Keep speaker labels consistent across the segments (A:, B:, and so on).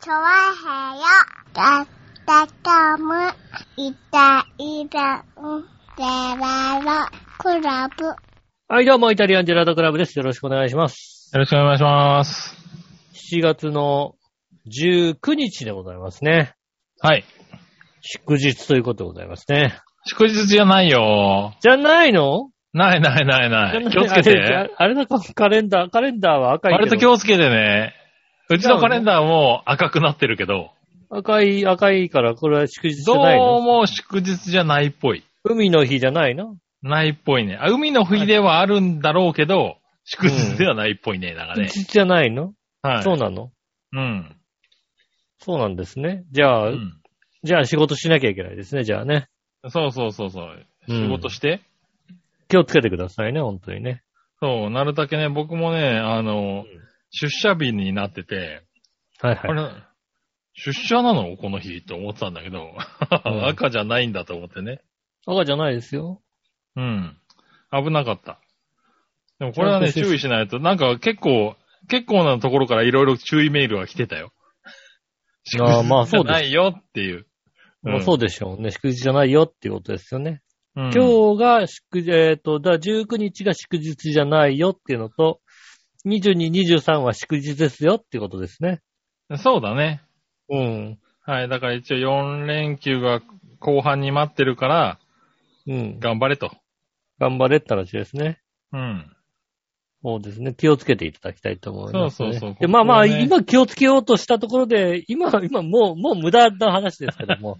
A: チョワヘヨだったかむいたいたんでららクラブ
B: はい、どうも、イタリアンジェラートクラブです。よろしくお願いします。
C: よろしくお願いします。
B: 7月の19日でございますね。
C: はい。
B: 祝日ということでございますね。
C: 祝日じゃないよ。
B: じゃないの
C: ないないな いない。気をつけ
B: あれ
C: て。
B: あれのカレンダー、カレンダーは赤いけ
C: 割と気
B: ど。
C: をつけてね。うちのカレンダーも赤くなってるけど、
B: 赤い、赤いから、これは祝日じ
C: ど
B: ゃ
C: う
B: ないの
C: も祝日じゃないっぽい。
B: 海の日じゃないの
C: ないっぽいね。あ海の日ではあるんだろうけど、祝日ではないっぽいね、なんか
B: 祝
C: ね。
B: 日じゃないの、
C: はい。
B: そうなの
C: うん。
B: そうなんですね。じゃあ、
C: うん。
B: じゃあ仕事しなきゃいけないですね、じゃあね。
C: そうそうそうそう。
B: うん
C: 仕事して。
B: 気をつけてくださいね、本当にね。
C: そう、なるだけね、僕もね、あの
B: うん、
C: 出社日になってて、
B: はい
C: あ
B: はい。
C: れ、出社なのこの日と思ってたんだけど、
B: ん
C: 赤じゃないんだと思ってね。
B: 赤じゃないですよ。
C: うん。危なかった。でもこれはね、
B: ちゃんと
C: 注意しないと、なんか結構、結構なところからいろいろ注意メールが来てたよ。
B: ああまあ
C: 祝日じ
B: そうです
C: ゃないよっていう。
B: まあそう
C: で
B: でしょうね。祝日じゃないよっていうことですよね。
C: 今
B: 今日が祝日、えっ、と、だ19日が祝日じゃないよっていうのと、22、23は祝日ですよっていうことですね。
C: そうだね。
B: うん。
C: はい。だから一応4連休が後半に待ってるから、
B: うん。
C: 頑張れと。
B: 頑張れって話ですね。
C: うん。
B: そうですね。気をつけていただきたいと思います、ね。
C: そうそうそう
B: で、まあまあ、
C: ここはね
B: 今気をつけようとしたところで、今、今もう、もう無駄な話ですけど も。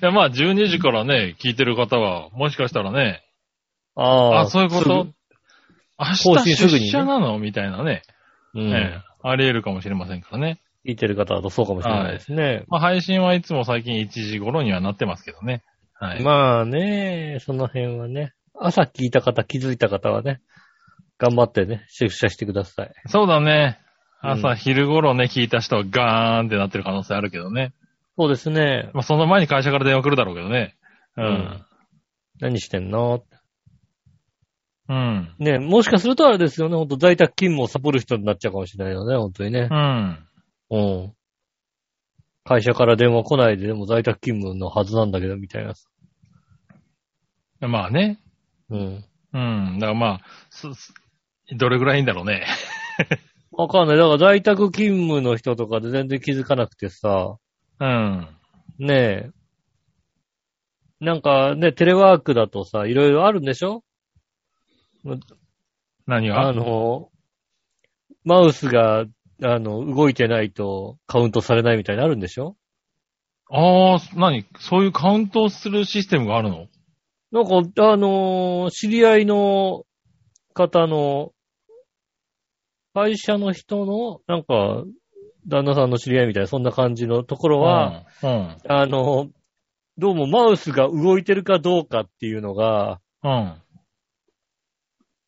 C: いや、まあ12時からね、聞いてる方は、もしかしたらね、
B: あ
C: あ、そういうこ
B: す
C: と
B: ぐ
C: 明
B: 更新
C: 日
B: すぐにね
C: 出社なのみたいなね、
B: うん。
C: ええあり得るかもしれませんからね。
B: 聞いてる方だとそうかもしれないですね。
C: まあ、配信はいつも最近1時頃にはなってますけどね。はい。
B: まあね、その辺はね。朝聞いた方、気づいた方はね、頑張ってね、出社してください。
C: そうだね。朝、
B: うん
C: 昼頃ね、聞いた人はガーンってなってる可能性あるけどね。
B: そうですね。
C: まあ、その前に会社から電話来るだろうけどね。うん。
B: 何してんの
C: うん。
B: ね、もしかするとあれですよね、ほんと在宅勤務をサボる人になっちゃうかもしれないよね、ほんとにね
C: う。ん。
B: うん。会社から電話来ないで、でも在宅勤務のはずなんだけど、みたいな。
C: まあね。
B: うん。
C: うん。だからまあ、すすどれぐらいいいんだろうね。
B: わかんない。だから在宅勤務の人とかで全然気づかなくてさ、
C: うん。
B: ねえ。なんかね、テレワークだとさ、いろいろあるんでしょ
C: 何が
B: あの、マウスが、あの、動いてないとカウントされないみたいなのあるんでしょ
C: ああ、何そういうカウントをするシステムがあるの
B: なんか、あのー知り合いの方の、会社の人の、なんか、旦那さんの知り合いみたいな、そんな感じのところは、、
C: うん。
B: あのーどうもマウスが動いてるかどうかっていうのが、
C: うん。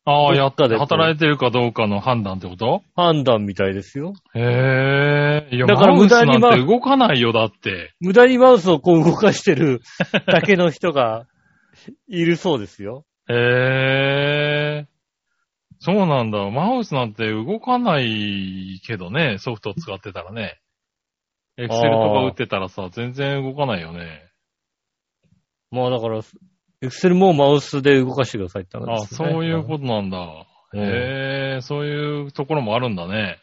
C: ああ、
B: ど
C: や
B: っ
C: っ
B: か
C: た
B: で
C: で。
B: こう
C: 働いてるかどうかの判断ってこと
B: 判断みたいですよ。
C: へえ。いや、
B: だから
C: マウスなん
B: 無駄
C: て
B: に
C: 動かないよ、だって。
B: 無駄にマウスをこう動かして るだけの人が、いるそうですよ。
C: へえ。そうなんだ。マウスなんて動かないけどね、ソフトを使ってたらね。エクセルとか打ってたらさ、全然動かないよね。
B: まあだから、エクセルもマウスで動かしてくださいって話
C: あ
B: ですね、
C: そういうことなんだ。
B: うん
C: へえ、そういうところもあるんだね。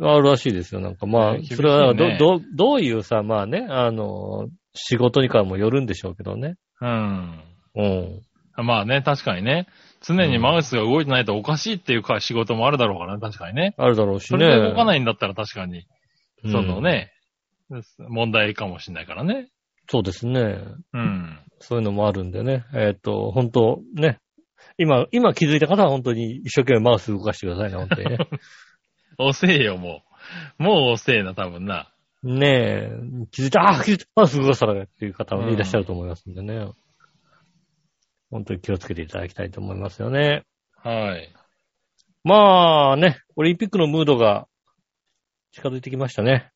B: あるらしいですよ。なんかまあ
C: ね、厳しいね
B: それはど、ど、どういうさ、まあね、あの、仕事にかもよるんでしょうけどね。
C: うん。
B: うん。
C: まあね、確かにね。常にマウスが動いてないとおかしいっていうか仕事もあるだろうからね、確かにね。
B: あるだろうし
C: そ
B: ね。
C: れで動か
B: い。
C: ないんだったら確かに、その。ね、問題かもしれないからね。
B: そうですね。
C: うん。
B: そういうのもあるんでね。えっ、と、本当ね。今、今気づいた方は本当に一生懸命マウス動かしてくださいね、本当 にね。
C: 遅えよ、もう。もう遅えな、多分な。
B: ねえ、気づいた、あー気づいた、マウス動かしたらっていう方もねいらっしゃると思いますんでね。本当に気をつけていただきたいと思いますよね。
C: はい。
B: まあね、オリンピックのムードが近づいてきましたね。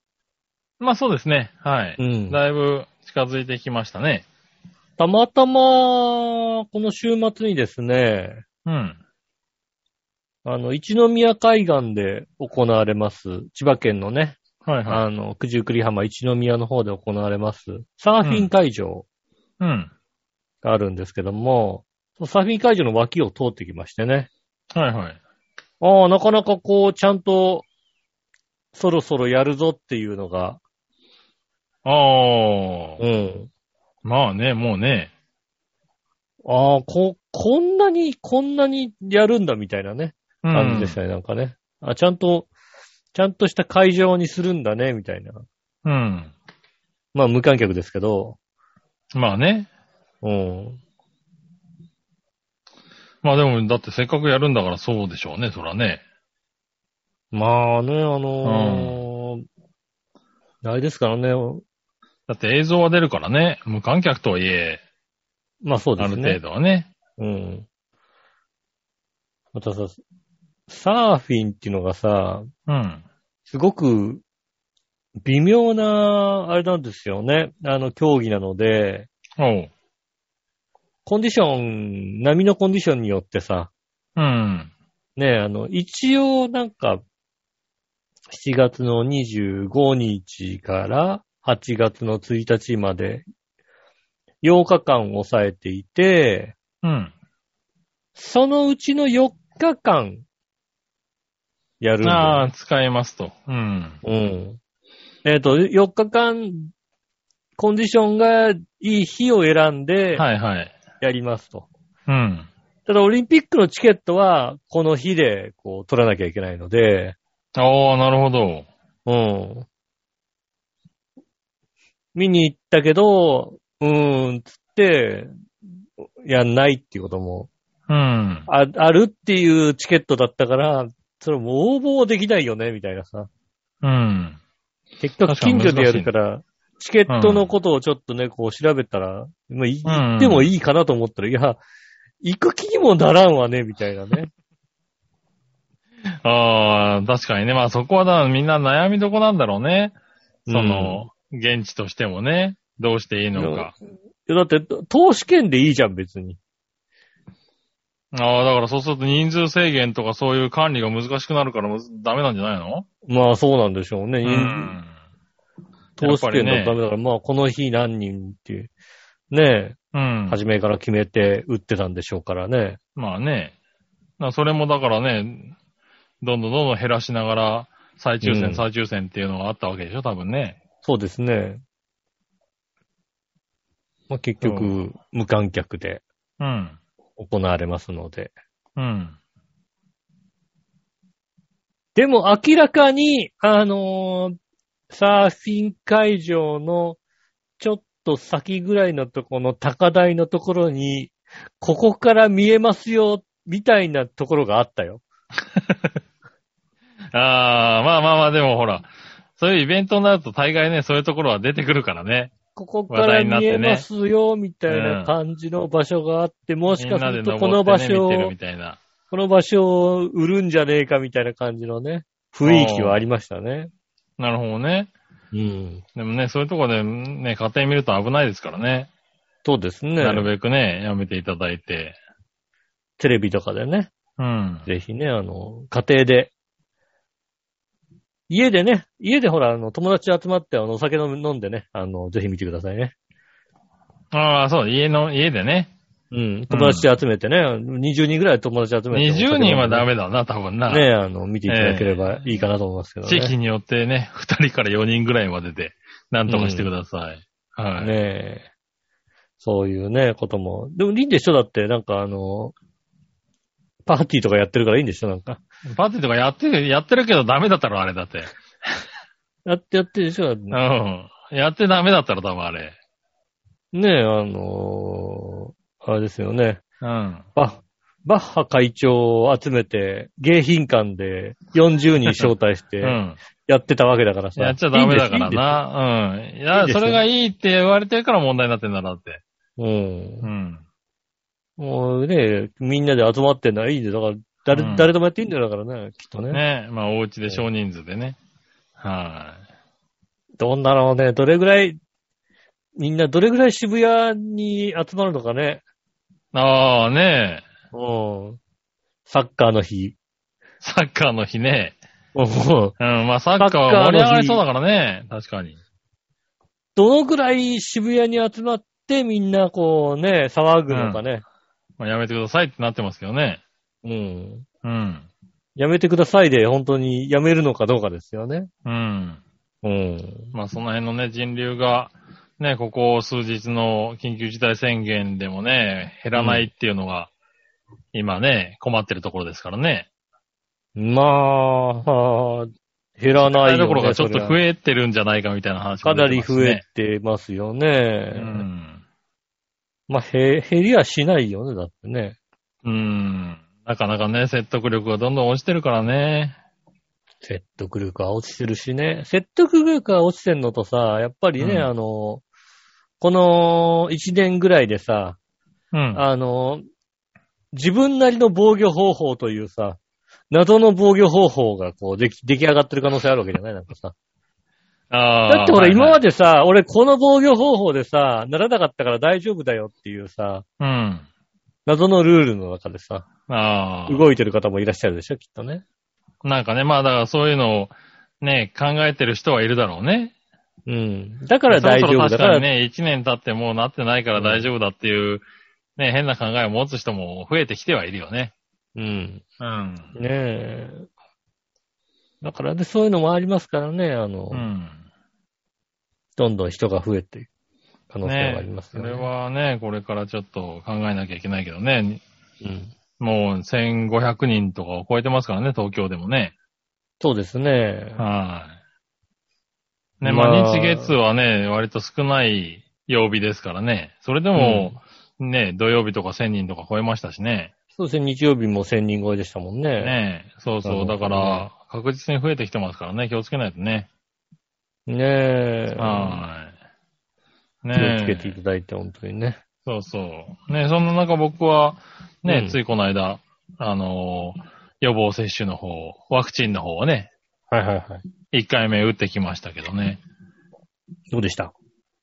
C: まあそうですね。はい。
B: ん
C: だいぶ近づいてきましたね。
B: たまたま、この週末にですね、
C: うん。
B: あの、一宮海岸で行われます、千葉県のね、
C: はいはい。
B: あの、九十九里浜一宮の方で行われます、サーフィン会場
C: うん。
B: があるんですけども、サーフィン会場の脇を通ってきましてね。
C: はいはい。
B: ああ、なかなかこう、ちゃんと、そろそろやるぞっていうのが、
C: ああ、
B: うん。
C: まあね、もうね。
B: ああ、こ、こんなに、こんなにやるんだみたいなね、
C: うん。
B: 感じでしたね、なんかね。あ、ちゃんと、ちゃんとした会場にするんだね、みたいな。
C: うん。
B: まあ、無観客ですけど、
C: まあね。
B: うん。
C: まあでも、だってせっかくやるんだからそうでしょうね、そらね。
B: まあね、あのーあれですからね、
C: だって映像は出るからね。無観客とはいえ、
B: まあそうで
C: あ
B: す
C: る
B: ね。
C: 程度はね。
B: うん。またさ、サーフィンっていうのがさ、
C: うん。
B: すごく微妙な、あれなんですよね。あの、競技なので、
C: おう。
B: コンディション、波のコンディションによってさ、
C: うん。
B: ねえ、あの、一応なんか、7月の25日から8月の1日まで、8日間抑えていて、
C: うん。
B: そのうちの4日間、やるんだよ
C: ああ、使えますと。うん。
B: うん。えっ、と、4日間、コンディションがいい日を選んで、
C: はいはい。
B: やりますと。
C: うん。
B: ただ、オリンピックのチケットは、この日で、こう、取らなきゃいけないので、
C: ああ、なるほど。
B: うん。見に行ったけど、うーん、つって、やんないっていうことも、
C: うん。
B: あ、あるっていうチケットだったから、それも応募できないよね、みたいなさ。
C: うん。
B: 結局近所でやるから、チケットのことをちょっとね、こう調べたら、まあ、い
C: うん
B: 行ってもいいかなと思ったら、いや、行く気にもならんわね、みたいなね。
C: ああ、確かにね。まあそこはだ、みんな悩みどこなんだろうね。その、現地としてもね、どうしていいのか。
B: いやだって、投資券でいいじゃん、別に。
C: ああ、だからそうすると人数制限とかそういう管理が難しくなるからむずダメなんじゃないの
B: まあそうなんでしょうね。
C: うん。
B: 投資券の
C: やっ
B: た
C: ぱりね
B: めだから、まあこの日何人っていう、ね
C: うん
B: え、。初めから決めて打ってたんでしょうからね。
C: まあね。なそれもだからね、どんどんどんどん減らしながら、再抽
B: うん
C: 選、再抽選っていうのがあったわけでしょ、多分ね。
B: そうですね。まあ結
C: う
B: 局、無観客で
C: うん。
B: 行われますので。
C: うん。
B: でも明らかに、あのーサーフィン会場のちょっと先ぐらいのとこの高台のところに、ここから見えますよ、みたいなところがあったよ。
C: ああ、まあまあまあ、でもほら、そういうイベントになると大概ね、そういうところは出てくるからね。
B: ここから見えますよ、みたいな感じの場所があって、もし
C: みん
B: か
C: な
B: す
C: で
B: る
C: 登
B: と
C: っ
B: この場
C: てね、
B: 所
C: 見て
B: を
C: るみ、たいな。
B: この場所を売るんじゃねえかみたいな感じのね、雰囲気はありましたね。
C: なるほどね。
B: うん。
C: でもね、そういうところで、ね、家庭見ると危ないですからね。
B: そうですね。
C: なるべくね、やめていただいて。
B: テレビとかでね。
C: うん。
B: ぜひね、あの、家庭で、家でね、家でほら、あの、友達集まって、あの、お酒飲む飲んでね、あの、ぜひ見てくださいね。
C: ああ、そう、家の、家でね。
B: うん、友達集めてね、20人ぐらい友達集めて、
C: 20人はダ
B: メ
C: メだな、多分な。
B: ね、あの、見ていただければいいかなと思いますけどね。
C: 地域によってね、2人から4人ぐらいまでで、なんとかしてください。はい。
B: ねえ。そういうね、ことも。でも、いいんでしょだって、なんかあの、パーティーとかやってるからいいんでしょなんか。
C: パーティーとかやってる、やってるけどダメだったらあれだって。
B: やって、やってるでしょだって
C: うん。やってダメだったら多分あれ。
B: ねえ、あのあれですよね。
C: うん。
B: バッ、バッハ会長を集めて、迎賓館で40人招待し
C: う
B: て
C: ん。
B: やってたわけだからさ。
C: やっちゃダメだか
B: いい
C: ら
B: んで
C: な。うん。い
B: いい
C: や
B: んですよ
C: それがいいって言われてるから問題になってんだなって。
B: すいいんです。う
C: うん。
B: ん。もうね、みんなで集まってんのはいいんだよ。だから、誰、
C: うん
B: 誰でもやっていいんだよ。だからね、きっとね。
C: ねまあ、お家で少人数でね。は
B: どんなのね、どれぐらい、みんなどれぐらい渋谷に集まるのかね。
C: い。ああ、ね
B: うん。サッカーの日。
C: サッカーの日ね。
B: うん
C: うん、まあサッカーは盛り上がりそうだからね。確かに。
B: どのくらい渋谷に集まってみんなこうね、騒ぐのかね。
C: まあやめてくださいってなってますけどね。
B: うん。
C: うん。
B: やめてくださいで、本当にやめるのかどうかですよね。
C: うん。
B: うん。
C: まあその辺のね、人流が、ね、ここ数日の緊急事態宣言でもね、減らないっていうのが、今ね、困ってるところですからね。
B: まあ、はあ、減らないよ、ね。
C: ところがちょっと増
B: え、
C: えてるんじゃないかみたいな話
B: か
C: も
B: な
C: 出て
B: り
C: ます
B: 増え
C: ね。
B: てますよ
C: う
B: ね。
C: ん。
B: まあ、へ減りはしないよね、だってね。
C: うん。なかなかね、説得力がどんどん落ちてるからね。
B: 説得力は落ちてるしね。説得力が落ちてんのとさ、やっぱりね、
C: うん
B: あの、この1年ぐらいでさ、
C: うん。
B: あの、自分なりの防御方法というさ、謎の防御方法がこう、でき、出来上がってる可能性あるわけじゃないなんかさ。
C: あ
B: だってほら、今ま
C: で、
B: でさ、俺この防御方法でさ、ならなかったから大丈夫だよっていうさ、
C: うん。
B: 謎のルールの中でさ、
C: ああ。
B: 動いてる方もいらっしゃるでしょ、きっとね。
C: なんかね、まあだからそういうのをね、考えてる人はいるだろうね。
B: うん。だから大丈
C: そろ
B: 夫
C: そ
B: だか
C: ろ確からにね、一年経ってもうなってないから大丈夫だっていう、ね、変な考えを持つ人も増えてきてはいるよね。
B: うん。
C: うん。
B: ねえ。だからね、そういうのもありますからね、あの、
C: うん。
B: どんどん人が増えていく可能性
C: ね
B: はあります
C: そ
B: よね。
C: れはね、これからちょっと考えなきゃいけないけどね。
B: うん。
C: もう1500人とかを超えてますからね、東京でもね。
B: そうですね。
C: はい。ね、
B: ま
C: まあ、
B: あ
C: 日月はね、割と少ない曜日ですからね。それでも、ね、土曜日とか1000人とか超えましたしね。
B: そうですね、日曜日も1000人超えでしたもんね。
C: ねそうそ
B: なるほ
C: う。
B: ど
C: だから、確実に増えてきてますからね、気をつけないとね。
B: ねえ。
C: はい。
B: 気をつけ
C: ね
B: ていただいて、本当にね。
C: そうそう。ねそんな中僕は、ね、
B: うん
C: ついこの間、あのー予防接種の方、ワクチンの方はね、
B: はいはいはい。
C: 1回目打ってきましたけどね。
B: どうでした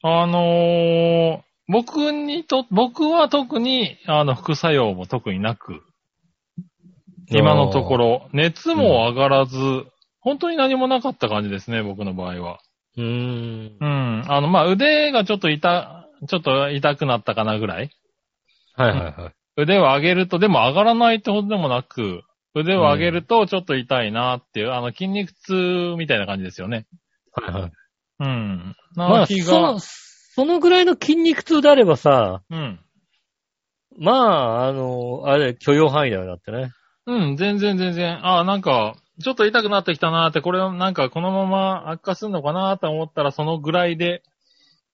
C: あのー僕にと、僕は特に、あの、副作用も特になく、今のとこ。ろ、熱も上がらず、本当に何もなかった感じですね、僕の場合は。
B: うーん。
C: うん。あの、まあ、腕がちょっと痛、ちょっと痛くなったかなぐらい。
B: はいはいはい。
C: 腕を上げると、でも上がらないってほどでもなく、腕を上げるとちょっと痛いなっていう、あの、筋肉痛みたいな感じですよね。
B: はいはい。
C: うん。
B: ま
C: な
B: あ、
C: 気
B: そ、
C: が
B: そのぐらいの筋肉痛であればさ、
C: うん。
B: まあ、あの、あれ、許容範囲だよ、だってね。
C: うん、全然全然。ああ、なんか、ちょっと痛くなってきたなーって、これなんかこのまま悪化するのかなーって思ったら、そのぐらいで、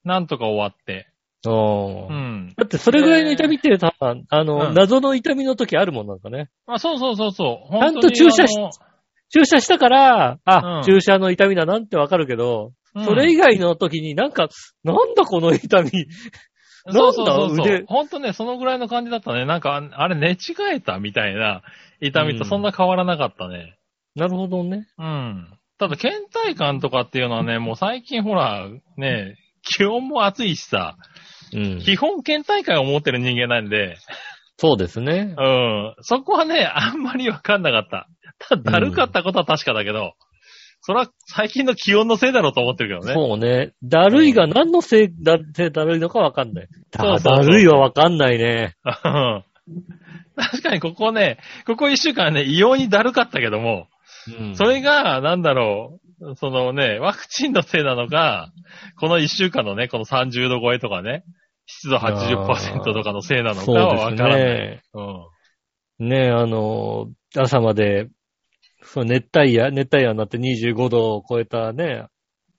C: なんとか終わって。
B: うん
C: うん。
B: だってそれぐらいの痛みって多分、あの、
C: うん
B: 謎の痛みの時あるもんなんかね。
C: あ、そうそうそうそう。
B: ゃんと注射し注射したから、あ、
C: うん
B: 注射の痛みだなんてわかるけど、そ
C: そ
B: れ以
C: 外、
B: 外の時になんか、なんだこの痛み。
C: うんそうそうそう
B: なんだ
C: そう
B: 腕。
C: ほんとね、そのぐらいの感じだったね。なんか、ああれ寝違えたみたいな痛みとそんな変わらなかったね。
B: なるほどね。
C: うん。ただ、倦怠感とかっていうの はね、もう最近ほら、ね、気温も暑いしさ、
B: うん
C: 基本倦怠感を持ってる人間なんで、
B: そうですね。
C: うん。そこはね、あんまりわかんなかった。ただ、だるかったことは確かだけど、それは最近の気温のせいだろうと思ってるけどね。
B: そうね。だるいが何のせいだってだるいのかわかんない。
C: そう
B: だ
C: そうそう
B: だるいはわかんないね。
C: うん確かにここね、ここ一週間ね、異様にだるかったけども、それが、なんだろう、そのね、ワクチンのせいなのか、この一週間のね、この30度超えとかね、湿度80%とかのせいなのか
B: そ
C: はわ
B: う
C: か
B: で
C: ら
B: す
C: ない。
B: ね。
C: うん
B: ねえ、あの、朝まで、そう、熱帯夜、熱帯夜になって25度を超えたね、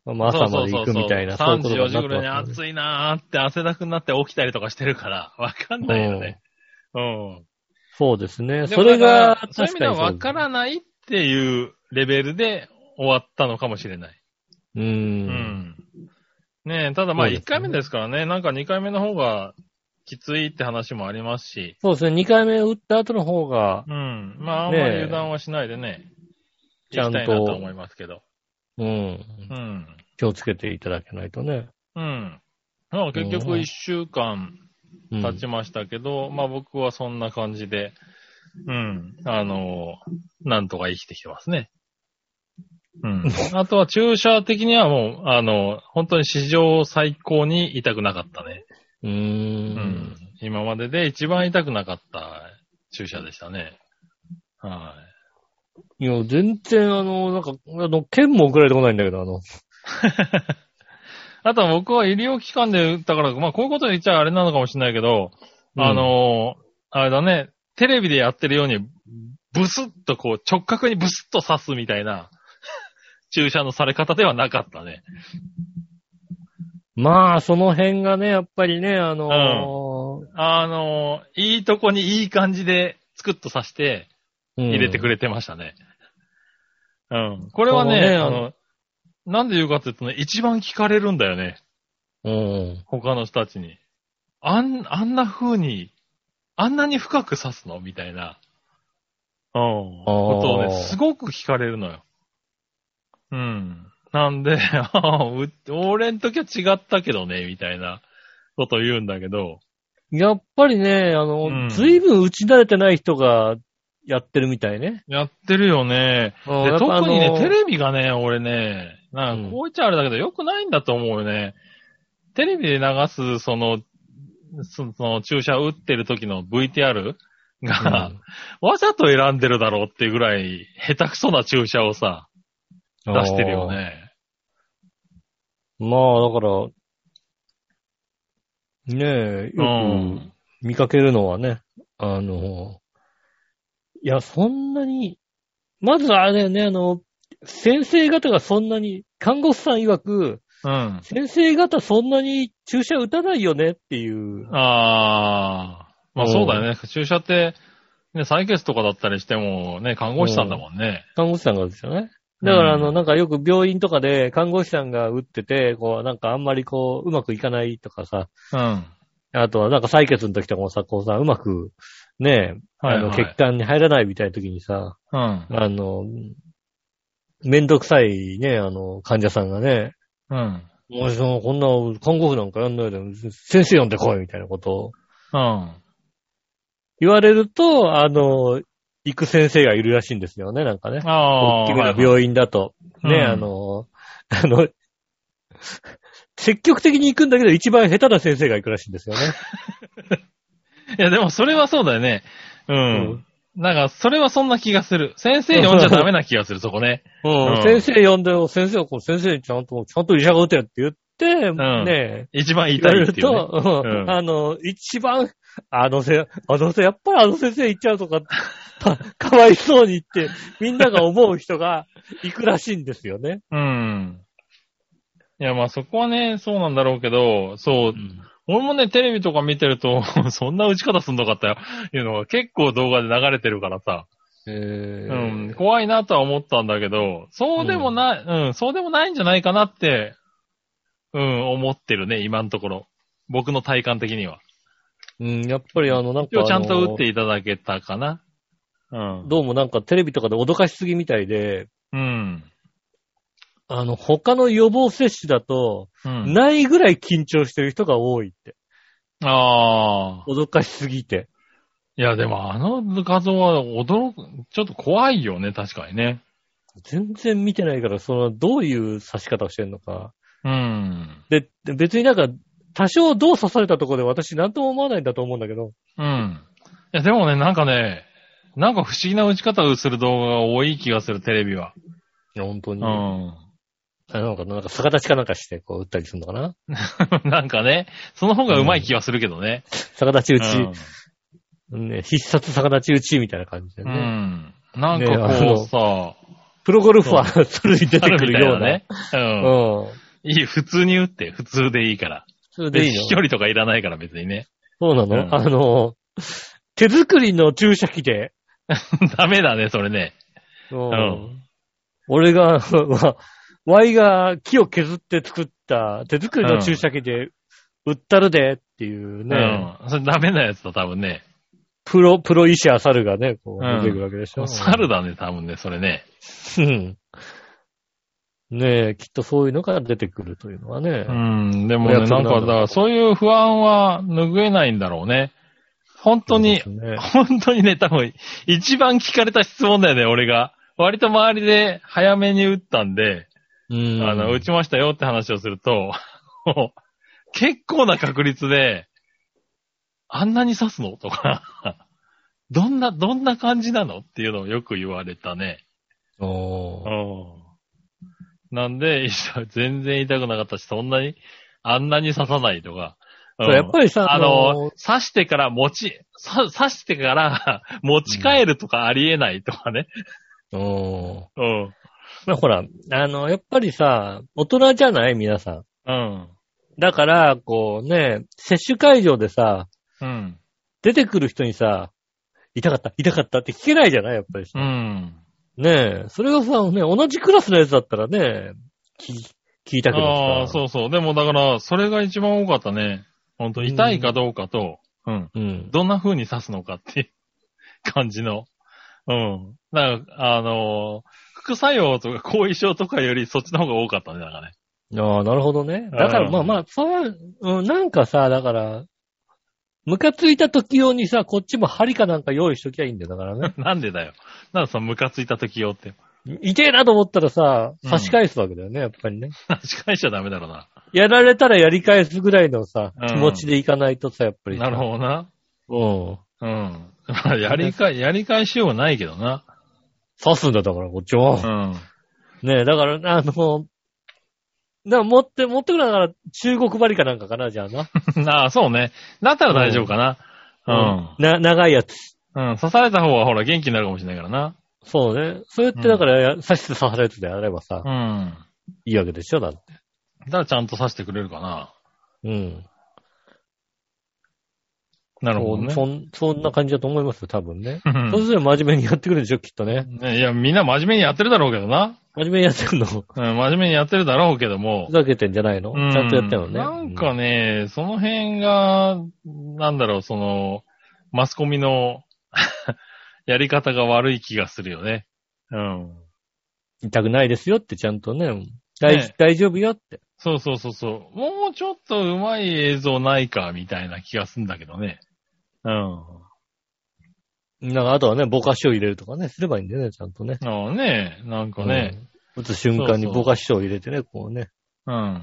B: まあ、朝まで行くみたいな、
C: そうそうそうそう
B: い
C: 3時、4時ぐらいに
B: ますね
C: 暑いなーって汗だくになって起きたりとかしてるから、わかんないよね。うん。
B: そうですね。
C: で
B: そ
C: も
B: れ
C: だ
B: が
C: から、
B: 確
C: そう
B: か
C: い
B: に
C: う
B: そうで
C: 意味で
B: す
C: はわからないっていうレベルで終わったのかもしれない。
B: う。
C: うんん。ねえ、ただまあ
B: そうです
C: 1
B: ね
C: 回目ですからね、なんか2回目の方がきついって話もありますし、
B: そうですね。2回目打った後の方が、
C: うん。まああんまり
B: ねえ
C: 油断はしないでね、
B: ちゃんと
C: 行きたいなと思いますけど。
B: うん。
C: うん。
B: 気をつけていただけないとね。
C: うん。まあ結局1週間、
B: うん
C: 経ちましたけど、まあ僕はそんな感じで、うん、あの、なんとか生きてきてますね。うん。 あとは注射的にはもう、あの、本当に史上最高に痛くなかったね。
B: うー
C: うんん。。今までで一番痛くなかった注射でしたね。はい
B: や、全然あの、なんか、あの、剣も送られてこないんだけど、あの、
C: い。あとは僕は医療機関で打ったから、まあこういうこと言っちゃあれなのかもしれないけど、
B: うん
C: あの、あれだね、テレビでやってるように、ブスッとこう直角にブスッと刺すみたいな 注射のされ方ではなかったね。
B: まあ、その辺がね、やっぱりね、あの
C: あの、いいとこにいい感じで、つくっと刺して、入れてく
B: れ。
C: れてましたね。うん。これはね、
B: そうね
C: あの、なんで言うかって言うとね、一番聞かれるんだよね。
B: うん。
C: 他の人たちに。あん、あんな風に、あんなに深く刺すのみたいな、うん。ことをね、すごく聞かれるのよ。うん。なんで、 ああう俺ん時は違ったけどね、みたいなことを言うんだけど、
B: やっぱりね、あの、
C: うん
B: ずいぶん打ち慣れてない人がやってるみたいね。
C: やってるよね。
B: うんや
C: で
B: っぱ
C: 特に
B: あの
C: ね、
B: ー
C: テレビがね、俺ね、なん
B: うん
C: かこう言っちゃあれだけど、良くないんだと思うよね。テレビで流す、その、そその注射打ってる時の VTR が、わざと選んでるだろうっていうぐらい、下手くそな注射をさ、出してるよね。
B: まあ、だから、ねえ、
C: う
B: よ
C: ん。
B: く見かけるのはね、あの、いや、そんなに、まずあれだよね、あの、先生方がそんなに、看護師さん曰く、
C: うん。
B: 先生方そんなに注射打たないよねっていう。
C: ああ、まあ
B: うん
C: そうだよね。注射って、ね、採血とかだったりしても、ね、看護師さんだもんね。
B: 看護師さんがですよね。だから、あ
C: うん
B: の、なんかよく病院とかで看護師さんが打ってて、こう、なんかあんまりこう、うまくいかないとかさ、
C: うん。
B: あとはなんか採血の時とかもさ、こうさ、うまく、ねえ、あの、
C: はいはい
B: 血管に入らないみたいな時にさ、
C: うん。
B: あの、めんどくさいね、あの、患者さんがね、
C: うん。
B: もうそのこんな看護婦なんかやんないで、先生呼んでこいみたいなことを
C: うん。
B: 言われると、あの、行く先生がいるらしいんですよね、なんかね。
C: ああ。
B: 大きめな病院だと。ね、
C: うん
B: あの、あの、 積極的に行くんだけど、一番下手な先生が行くらしいんですよね。
C: いや、でもそれはそうだよね。うん。
B: うん
C: なんか、それはそんな気がする。先生呼んじゃダメな気がする、そこね。
B: うん
C: うん
B: 先生呼んで、先生はこう、先生にちゃんと、ちゃんと医者が打てよって言って、
C: ん
B: ねえ、
C: 一番
B: 言わ
C: 痛い
B: れ
C: っ
B: る
C: ていう、ね。
B: と、
C: うん
B: あの、一番、あのせ、あのせ、やっぱりあの先生行っちゃうとか、 かかわいそうにって、みんなが思う人が行くらしいんですよね。
C: うん。いや、まあそこはね、そうなんだろうけど、そう、俺もね、テレビとか見てると、 そんな打ち方すんのかっていうのが結構動画で流れてるからさ、
B: え
C: うん、怖いなとは思ったんだけど、そうでもない、うん、そうでもないんじゃないかなって、うん、思ってるね、今のところ。僕の体感的には。
B: うん、やっぱりあの、なんか、
C: 今日ちゃんと打っていただけたかな。うん。
B: どうもなんかテレビとかで脅かしすぎみたいで、
C: うん。
B: あの、他の予防接種だと、
C: うん。
B: ないぐらい緊張してる人が多いって。
C: ああ。
B: 脅かしすぎて。
C: いや、でもあの画像は驚く、ちょっと怖いよね、確かにね。
B: 全然見てないから、その、どういう刺し方をしてるのか。
C: うん。
B: で、で別になんか、多少どう刺されたところで私なんとも思わないんだと思うんだけど。
C: うん。いや、でもね、なんかね、なんか不思議な打ち方をする動画が多い気がする、テレビは。
B: いや、本当
C: う
B: に。あ
C: ん。
B: なんか、なんか逆立ちかなんかして、こう、打ったりするのかな
C: なんかね、その方が上手い気がするけどね。
B: 逆立ち
C: う
B: 打ち、ね、必殺逆立ち打ちみたいな感じで
C: う
B: ね。
C: ん。なん
B: ねあ
C: かこ
B: の
C: うさ、
B: プロゴルファー、それに出てくるような。
C: ね。う。
B: うんん。
C: いい、普通に打って、普通でいいから。
B: それで
C: で、
B: いい
C: 飛距
B: の
C: 離とかいらないから別にね。
B: そうなの、
C: うん
B: あの、手作りの注射器で、
C: ダメだね、それね。
B: うん
C: ん
B: 俺が、 わ Y が木を削って作った手作りの注射器で売ったるでっていうね、
C: うん。それダメなやつだ、多分ね。
B: プロ、プロ医師アサルがね、こう
C: うん
B: 出てくるわけでしょ。
C: 猿だね、多分ね、それね。
B: うんねえ、きっとそういうのが出てくるというのはね。
C: うん。でも
B: お
C: ね、
B: やつ
C: な
B: なん
C: ん
B: だ
C: か、だからそういう不安は拭えないんだろうね。本当に
B: そ、うですね
C: 本当にね、多分、一番聞かれた質問だよね、俺が。割と周りで早めに打ったんで、
B: うん。
C: あの、打ちましたよって話をすると、 もう結構な確率で、あんなに刺すのとか、 どんな、どんな感じなのっていうのをよく言われたね。
B: おー
C: なんで、 全然痛くなかったし、そんなに、あんなに刺さないとか。
B: そうやっぱりさ、
C: あ
B: あ
C: の
B: の、、
C: 刺してから持ち、さ刺してから 持ち帰るとかありえないとかね。
B: おー
C: うん。
B: まあ、ほら、あの、やっぱりさ、大人じゃない皆さん。
C: うん。
B: だから、こうね、接種会場でさ、
C: うん。
B: 出てくる人にさ、痛かった、痛かったって聞けないじゃないやっぱりさ。
C: うん。
B: ねえ、それがさ、ね、同じクラスのやつだったらね、聞聞いたけどさ。
C: ああ、そうそう。でもだから、それが一番多かったね。ほんと、痛いかどうかと、うん。
B: うん。
C: どんな風に刺すのかっていう 感じの。うん。だから、あのー副作用とか後遺症とかよりそっちの方が多かったね、だからね。
B: ああ、なるほどね。だから、
C: うん。
B: まあまあ、そう、うん、なんかさ、だから、ムカついた時用にさ、こっちも針かなんか用意しときゃいいんだよ、だからね
C: なんでだよ。なんでそのムカついた時よって。
B: 痛えなと思ったらさ、
C: うん
B: 差し返すわけだよね、やっぱりね。
C: 司会者ダメだろうな。
B: やられたらやり返すぐらいのさ
C: うん、
B: 気持ちでいかないとさ、やっぱりさ。
C: なるほどな。
B: ど。うん。
C: うん。 まあ、やりか、やり返しようがないけどな。
B: 刺すんだ、だから、こっちも。
C: うん。
B: ねえ、だから、あの、だから持って、持ってくるなら中国針かなんかかな、じゃあな。
C: ああ、そうね。だったら大丈夫かな。う
B: な、長いやつ。
C: ん。うん。刺された方はほら元気になるかもしれないからな。
B: そうね。そうやって、だから、刺して刺されるやつであればさ、
C: うん。
B: いいわけでしょ、だって。
C: だからちゃんと刺してくれるかな。
B: うん。
C: なる
B: そ
C: ほど
B: う
C: ね。
B: そんそんな感じだと思いますよ、多分ね。
C: うん
B: そうすれば真面目にやってくるんでしょ、きっとね。
C: ねいや、みんな真面目にやってるだろうけどな。
B: 真面目にやってくるの。ふ
C: うん、真面目にやってるだろうけども。
B: ざけてんじゃないのちゃんとやってるの
C: う
B: ね。
C: なんかね、その辺が、なんだろう、その、マスコミの やり方が悪い気がするよね。うん。
B: うん痛くないですよって、ちゃんとね。大
C: ね
B: 大丈夫よって。
C: そうそうそうそう。もうちょっと上手い映像ないか、みたいな気がするんだけどね。うん。
B: なんか、あとはね、ぼかしを入れるとかね、すればいいんだよね、ちゃんとね。
C: ああねなんかね。
B: うん。打つ瞬間に
C: そうそう
B: ぼかしを入れてね、こうね。
C: うん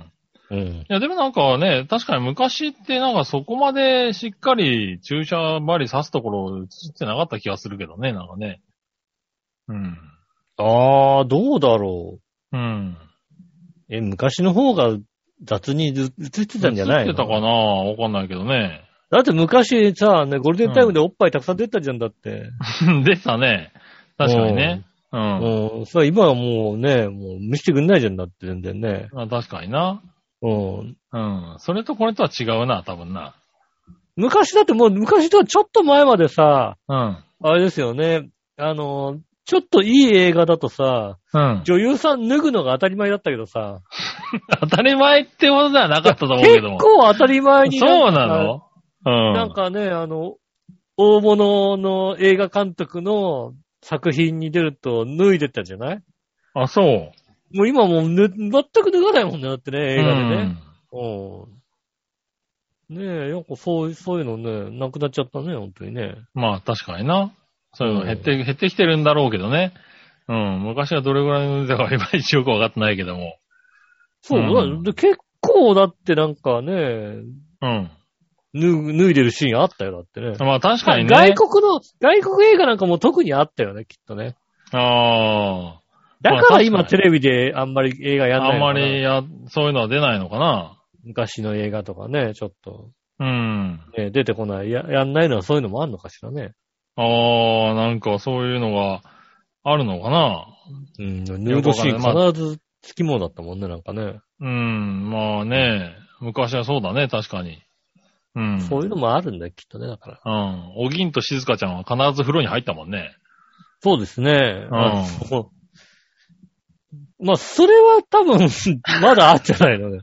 B: うん。
C: いや、でもなんかね、確かに昔ってなんかそこまでしっかり注射針刺すところ映ってなかった気がするけどね、なんかね。うん。
B: ああ、どうだろ
C: う
B: う。
C: ん。
B: え、昔の方が雑にず映ってたんじゃない
C: 映
B: の
C: ってたかなわかんないけどね。
B: だって昔さ、ね、ゴールデンタイムでおっぱいたくさん出たじゃんだって。
C: でしたね。確かにね。うん。
B: うん。それ今はもうね、もう見せてくんないじゃんだって全然ね。
C: あ確かにな。
B: うん。
C: うん。それとこれとは違うな、多分な。
B: 昔だってもう昔とはちょっと前までさ、
C: うん。
B: あれですよね。あの、ちょっといい映画だとさ、
C: うん。
B: 女優さん脱ぐのが当たり前だったけどさ、
C: 当たり前ってことではなかったと思うけ
B: 結
C: ども。
B: 構当たり前に
C: そうなのうん。
B: なんかね、あの、大物の映画監督の作品に出ると脱いでったじゃない
C: あ、そう。
B: もう今もう、ね、全く脱がないもんね、だってね、映画でね。うん。ねえ、なんかそういう、そういうのね、なくなっちゃったね、本当にね。
C: うん。まあ、確かにな。そういうの減って、減ってきてるんだろうけどね。うん。昔はどれぐらいの腕かいまいちよくわかってないけども。
B: そう、
C: うん
B: だ結構だってなんかね、
C: うん。
B: 脱ぐ脱いでるシーンあったよ、だってね。
C: まあ、確かにね。
B: 外国の、外国映画なんかも特にあったよね、きっとね。
C: あ
B: だ
C: まあ確
B: か
C: からに
B: 今テレビであんまり映画
C: あ。
B: やんな
C: あ
B: いの
C: ん
B: か
C: ま
B: な
C: りや、そういうのは出ないのかな。
B: 昔の映画とかね、ちょっと、
C: うん。
B: ね、出てこないや、やんないのはそういうのもあるのかしらね。
C: ああ、なんかそういうのがあるのかな。
B: うん、ヌードシ
C: よくわかんな
B: ーン必ずつきものだったもんね、なんかね。
C: うん。まあね。昔はそうだね、確かに。うん。
B: そういうのもあるんだよ、きっとね、だから。
C: うん。おぎんと静香ちゃんは必ず風呂に入ったもんね。
B: そうですね。
C: うん
B: あそうまあ、それは多分、 まだあっじゃないの ね。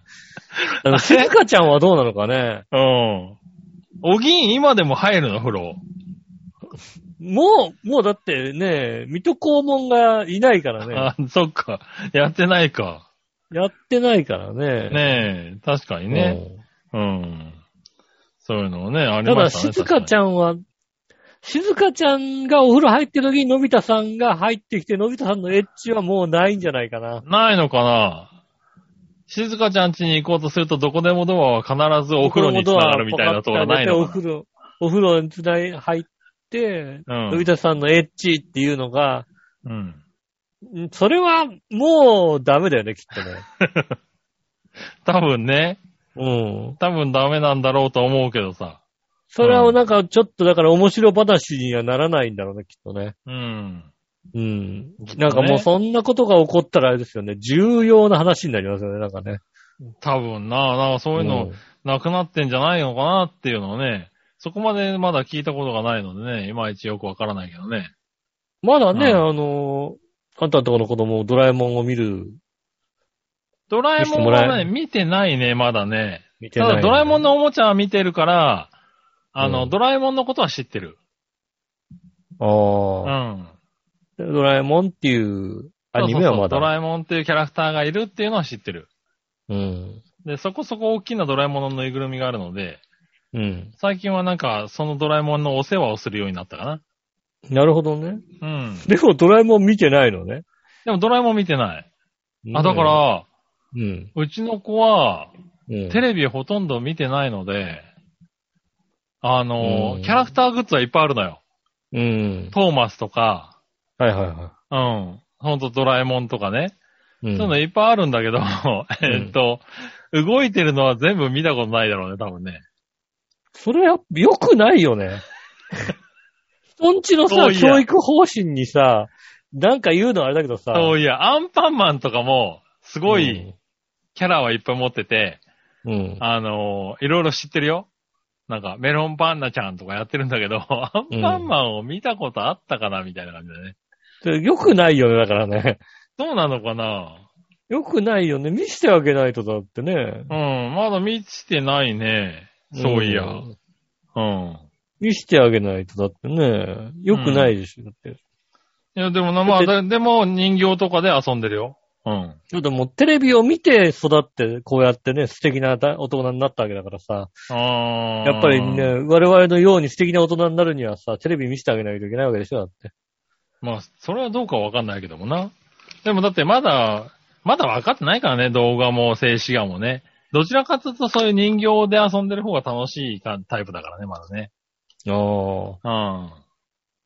B: あの、静香ちゃんはどうなのかね。
C: うん。おぎん今でも入るの、風呂。
B: もう、もうだってね、水戸黄門がいないからね。
C: あ、そっか。やってないか。
B: やってないからね。
C: ねえ、確かにね。
B: うん
C: うん。そういうのもね、あり
B: た
C: ま
B: だ、
C: したね。
B: 静香ち
C: ゃ
B: ゃんは、静香ちゃんがお風呂入ってる時にのび太さんが入ってきて、のび太さんのエッチはもうないんじゃないかな。
C: ないのかな静香ちゃん家に行こうとすると、どこでもドアは必ずお風呂に繋がるみたいなとこがない
B: お
C: のか
B: 風呂、お風呂につない入って、
C: な
B: のび太さんのエッチっていうのが、
C: うん。うん。
B: んそれはもうダメだよね、きっとね。
C: 多分ね、
B: うん。
C: 多分ダメなんだろうと思うけどさ。
B: それはなんかちょっとだから面白話にはならないんだろうね、きっとね。
C: うん。
B: うん。なんかもうそんなことが起こったらあれですよね、重要な話になりますよね、なんかね。
C: 多分な、なんかそういうの
B: ん
C: なくなってんじゃないのかなっていうのをね、そこまでまだ聞いたことがないのでね、いまいちよくわからないけどね。
B: まだね、
C: う
B: あの、あんたのとこの子供、ドラえもんを見る、
C: ドラえもん
B: 見せてもら
C: は
B: え
C: ね、見てないね、まだね。
B: 見て
C: た
B: ない、
C: だドラえもんのおもちゃは見てるから、あの、
B: うん
C: ドラえもんのことは知ってる。う
B: ああ、
C: ん。
B: ドラえもんっていうアニメはま
C: そうそうそうド
B: だ。
C: ラえもんっていうキャラクターがいるっていうのは知ってる。
B: うん。
C: で、そこそこ大きなドラえもんのぬいぐるみがあるので、
B: うん。
C: 最近はなんか、そのドラえもんのお世話をするようになったかな。
B: なるほどね。
C: うん。
B: でもドラえもん見てないのね。
C: でもドラえもん見てない。あ、だか、ら、
B: うん。
C: うちの子は、
B: うん
C: テレビほとんど見てないので、あの、
B: うん
C: キャラクターグッズはいっぱいあるのよ。
B: うん。
C: トーマスとか、
B: はいはいは
C: うん。ほんとドラえもんとかね。
B: い。うん
C: そういうのいっぱいあるんだけど、えっと、動いてるのは全部見たことないだろうね、多分ね。
B: それは良くないよ ね。そんちの
C: そ
B: さ、
C: ういや
B: 教育方針にさ、なんか言うのはあれだけどさ。
C: そういや、アンパンマンとかも、すごいキャラはいっぱい持ってて、
B: うん。うん。
C: あのーいろいろ知ってるよ。なんか、メロンパンナちゃんとかやってるんだけど、アンパンマンを見たことあったかなみたいな感じだね。
B: で良くないよね、だからね。
C: どうなのかな
B: 良くないよね。見せてあげないとだってね。
C: うん、まだ見してないね。そういや。
B: ん
C: うん。
B: 見せてあげないとだってね。良くないでしょ、だって。
C: いや、でもな、まあ、
B: だ
C: だでも人形とかで遊んでるよ。うん。
B: ちょっともうテレビを見て育って、こうやってね、素敵な大大人になったわけだからさ。
C: あー
B: やっぱりね、。我々のように素敵な大人になるにはさ、テレビ見せてあげないといけないわけでしょ、だって。
C: まあ、それはどうかわかんないけどもな。でもだってまだ、まだ分かってないからね、動画も静止画もね。どちらかというとそういう人形で遊んでる方が楽しいかタイプだからね、まだね。
B: ああ。
C: うん。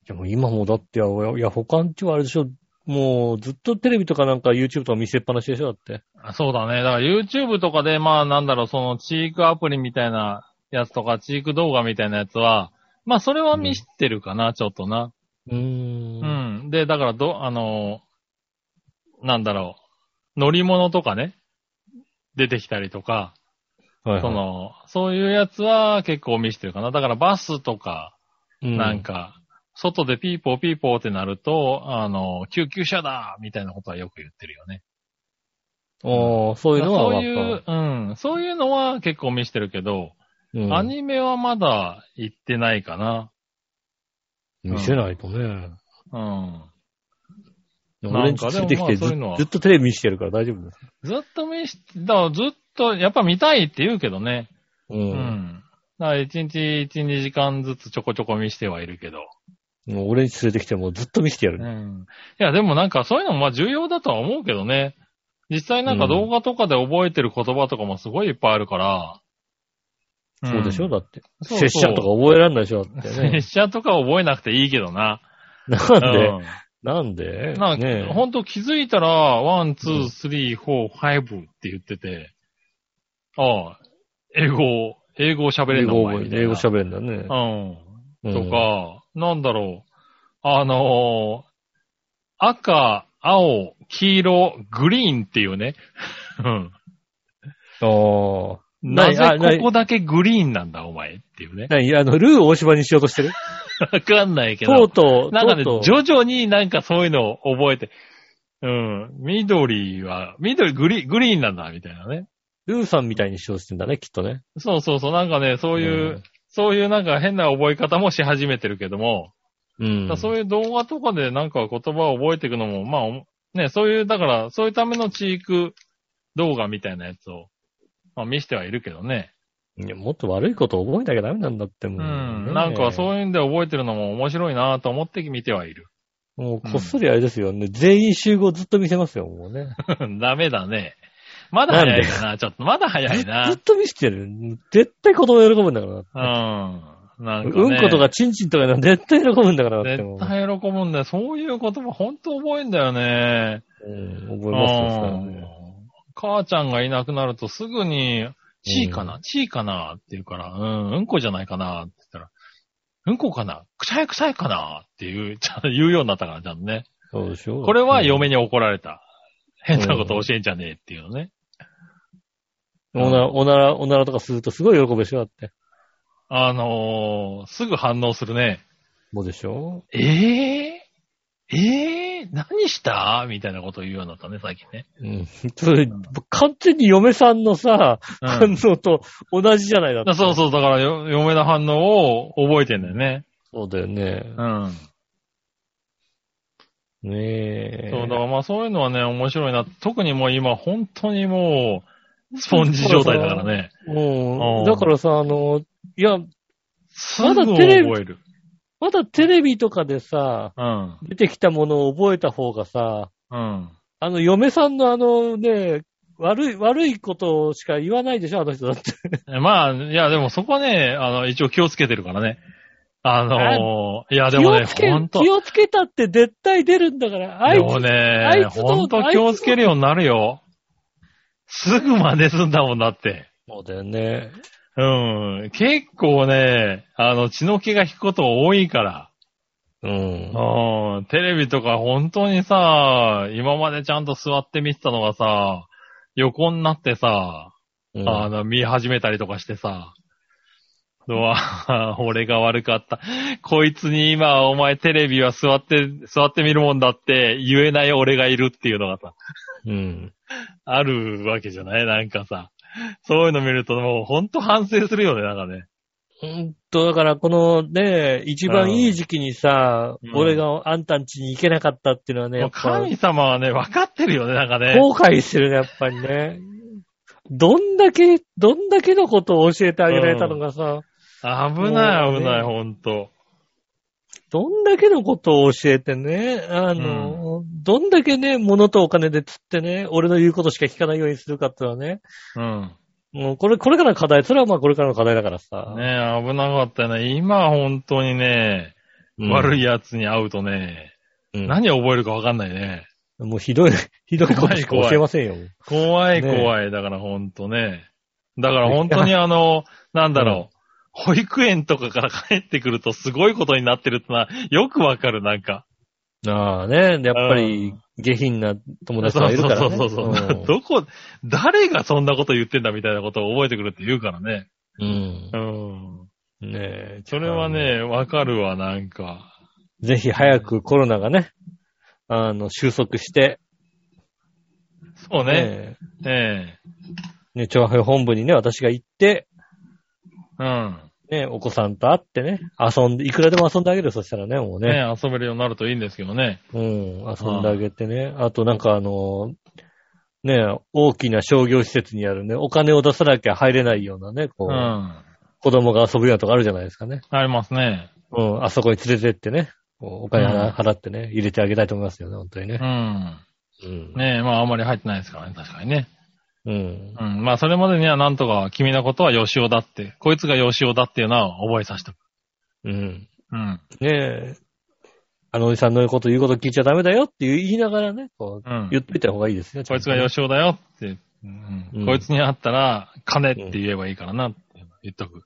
B: でも今もだって、いや、いや他んちはあれでしょ、もうずっとテレビとかなんか YouTube とか見せっぱなしでしょ、だって。
C: あそうだね。だから YouTube とかで、まあなんだろう、そのチークアプリみたいなやつとか、チーク動画みたいなやつは、まあそれは見知ってるかな、ちょっとな。
B: うー。
C: うんん。で、だからど、あのーなんだろう、乗り物とかね、出てきたりとか、
B: はいはい
C: そ、の、そういうやつは結構見してるかな。だからバスとか、
B: う
C: なん。か、外でピーポーピーポーってなると、あの、救急車だみたいなことはよく言ってるよね。
B: ああ、そういうのは
C: そう
B: 分か
C: いう
B: る。、
C: うん、そういうのは結構見してるけど、
B: うん
C: アニメはまだ行ってないかな。
B: 見せないとね。
C: うん。
B: 俺んちついてきてず
C: なんかでもまあそういうのは
B: ずっとテレビ見せてるから大丈夫です。
C: ずっと見し、だからずっと、やっぱ見たいって言うけどね。
B: う。
C: うんん。だから一日一、二時間ずつちょこちょこ見してはいるけど。
B: もう俺に連れてきてもずっと見せてや
C: う
B: る。
C: ん。いや、でもなんかそういうのもまあ重要だとは思うけどね。実際なんか動画とかで覚えてる言葉とかもすごいいっぱいあるから。
B: そうでしょだって。
C: そう
B: 拙者とか覚えらんないでしょだってね
C: 拙。者とか覚えなくていいけどな。
B: なんで
C: うん
B: なんで
C: なん
B: ね
C: か、ほんと気づいたら、ワン、ツ
B: うん
C: ー、スリー、フォー、ファイブって言ってて、ああ、英語、英語を喋れ
B: 英
C: るの
B: 語
C: お前
B: 覚
C: み
B: え
C: た
B: 英語喋るんだね。う
C: う。
B: んん
C: とか、なんだろう、あのー赤、青、黄色、グリーンっていうね。うん。
B: ああ。
C: な
B: あ
C: ぜここだけグリーンなんだ、お前っていうね。
B: 何あの、ルー大島にしようとしてる
C: わかんないけ
B: とう
C: ど。
B: とう、
C: なんかね、
B: とうとう
C: 徐々になんかそういうのを覚えて、うん。緑は、緑、グリグリーンなんだ、みたいなね。
B: ルーさんみたいにしようとしてんだね、きっとね。
C: そうそうそう、なんかね、そういう、
B: うん
C: そういうなんか変な覚え方もし始めてるけども、
B: うん
C: だからそういう動画とかでなんか言葉を覚えていくのも、まあおも、ね、そういう、だから、そういうためのチーク動画みたいなやつを、まあ見してはいるけどね。
B: いやもっと悪いこと覚えなきゃダメなんだっても
C: う
B: うね、
C: ん。なんかそういうんで覚えてるのも面白いなと思って見てはいる。
B: もうこっそりあれですよね。全員集合ずっと見せますよ、もうね。
C: ダメだね。まだ早いかな、ちょっと。まだ早い
B: ずっ
C: な。
B: と見せてる。絶対子供喜ぶんだからな。
C: うん。なんか、ね。
B: うんことかチンチンとかな絶対喜ぶんだからなっても
C: 絶
B: う。
C: 対喜ぶんだよ。そういう言葉ほんと覚えんだよね。
B: うん、
C: う
B: 覚えますよそれは
C: ん
B: ね。
C: 母ちゃんがいなくなるとすぐに、ちいかな、ちいかなって言うから、うん、うんこじゃないかなって言ったら、うんこかなくさいくさいかなっていう、ちゃんと言うようになったから、ちゃんとね。
B: そうでしょ
C: これは
B: うん
C: 嫁に怒られた。変なこと教えんじゃねえっていうのね。
B: おなら、おなら、おならとかするとすごい喜ぶでしょだって。
C: あのー、すぐ反応するね。
B: もうでしょ
C: ええー、ええー、何したみたいなことを言うようになったね、最近ね。
B: うん。それ、完全に嫁さんのさ、
C: うん
B: 反応と同じじゃないだって。
C: だそうそう、だからよ、嫁の反応を覚えてんだよね。
B: そうだよね。
C: うん。
B: ねえ。
C: そう、だからまあそういうのはね、面白いな。特にもう今、本当にもう、スポンジ状態だからね。
B: う。
C: うんん
B: だからさ、あの、いや、
C: すぐ
B: まだテレビ
C: 覚える。
B: まだテレビとかでさ、
C: うん。
B: 出てきたものを覚えた方がさ、
C: うん。
B: あの、嫁さんのあのね、悪い、悪いことしか言わないでしょあの人だって。
C: えまあ、いや、でもそこはね、あの、一応気をつけてるからね。あのーいや、でもね、
B: 気を
C: ほん
B: つ
C: と
B: け、。気をつけたって絶対出るんだから、あいつ。
C: でも
B: あい
C: ね、
B: つの
C: ほんと気をつけるようになるよ。すぐ真似すんだもんだって。
B: そうだよね。
C: うん。結構ね、あの、血の気が引くこと多いから。
B: うん。
C: うん。テレビとか本当にさ、今までちゃんと座って見てたのがさ、横になってさ、
B: うん
C: あの、見始めたりとかしてさ、うわ 俺が悪かった。こいつに今、お前テレビは座って、座って見るもんだって言えない俺がいるっていうのがさ、
B: うん。
C: あるわけじゃないなんかさ。そういうの見るともうほんと反省するよね、なんかね。
B: ほんと、だからこのね、一番いい時期にさ、
C: うん
B: 俺があんたん家に行けなかったっていうのはね、
C: も
B: や
C: う
B: っぱ、
C: 神様はね、分かってるよね、なんかね。
B: 後悔してるね、やっぱりね。どんだけ、どんだけのことを教えてあげられたのかさ、
C: 危ない、
B: もうね
C: 危ない、ほんと。
B: どんだけのことを教えてね、あの、どんだけね、物とお金で釣ってね、俺の言うことしか聞かないようにするかってのはね、
C: うん。
B: もうこれ、これからの課題、それはまあこれからの課題だからさ。
C: ねえ、危なかったね。今、本当にね、悪
B: い。
C: い奴に会うとね、
B: うん
C: 何を覚えるか分かんないね。
B: もうひ どい、ひどいことしか教えませんよ。
C: 怖い、
B: ねえ
C: 怖い。だから、ほんとね。だから、本当にあの、なんだろう。保育園とかから帰ってくるとすごいことになってるってのはよくわかる、なんか。
B: ああね、やっぱり下品な友達がいるから、ね。
C: そうそうそうそう。どこ、誰がそんなこと言ってんだみたいなことを覚えてくるって言うからね。
B: うん。
C: うん。
B: うん。ねえ。
C: それはね、わかるわ、なんか。
B: ぜひ早くコロナがね、あの、収束して、
C: そうね。
B: ね
C: ええ
B: え、ね、調和本部にね、私が行って、
C: うん。
B: ね、お子さんと会ってね、遊んで、いくらでも遊んであげるよそしたらね、もうね。
C: ねえ遊べるようになるといいんですけどね。
B: うん、遊んであげてね。あとなんかあの、ね、大きな商業施設にあるね、お金を出さなきゃ入れないようなね、こう、
C: うん。
B: 子供が遊ぶようなとこあるじゃないですかね。
C: ありますね。
B: うん、あそこに連れてってね、こうお金
C: うん
B: 払ってね、入れてあげたいと思いますよね、本当に
C: う
B: ね。
C: ん。
B: うん。
C: ねえ、まああんまり入ってないですからね、確かにね。
B: うん。
C: うん。まあそれまでにはなんとか君のことは吉尾だって、こいつが吉尾だっていうのは覚えさせて
B: うん。
C: うん。
B: ねえ、あのおじさんの言うこと言うこと聞いちゃダメだよって言いながらね、こう、
C: うん
B: 言っといた方がいいですね。
C: こいつが吉尾だよって、うん
B: うん
C: こいつに会ったら、金って言えばいいからなって言っとく。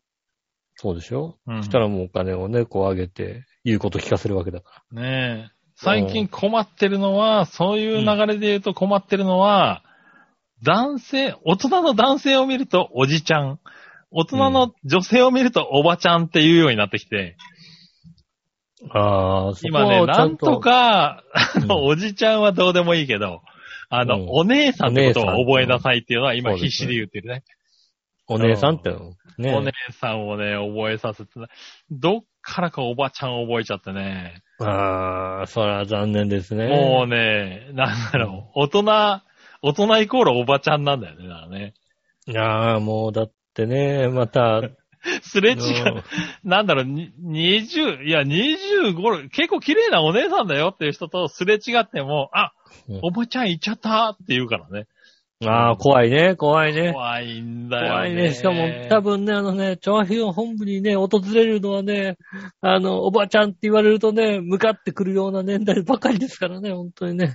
B: そうでしょ、
C: うん
B: そしたらもうお金をね、こうあげて、言うこと聞かせるわけだから。
C: ねえ。最近困ってるのは、そういう流れで言うと困ってるのは、男性、大人の男性を見るとおじちゃん、大人の女性を見るとおばちゃんっていうようになってきて、
B: ああ、
C: 今ね、なんと、か、あ
B: うん
C: の、おじちゃんはどうでもいいけど、あの、
B: うん
C: お姉さんってことを覚えなさいっていうのは今
B: お姉さん
C: 必死で言ってるね。
B: お姉さんって、ね。
C: お姉さんをね、覚えさせて、どっからかおばちゃんを覚えちゃってね。
B: ああ、そら残念ですね。
C: もうね、なんだろう、大人、大人イコールおばちゃんなんだよね、だからね。
B: ああ、もうだっってね、また、
C: すれ違う。なんだろう、に20、いや、25、結構綺麗なお姉さんだよっていう人とすれ違っても、あ
B: うん、
C: おばちゃん行っちゃったって言うからね。
B: うんああ、怖いね、怖いね。
C: 怖いんだよ、ね。
B: 怖いね。しかも、多分ね、あのね、調和平和本部にね、訪れるのはね、あの、おばちゃんって言われるとね、向かってくるような年代ばかりですからね、本当にね。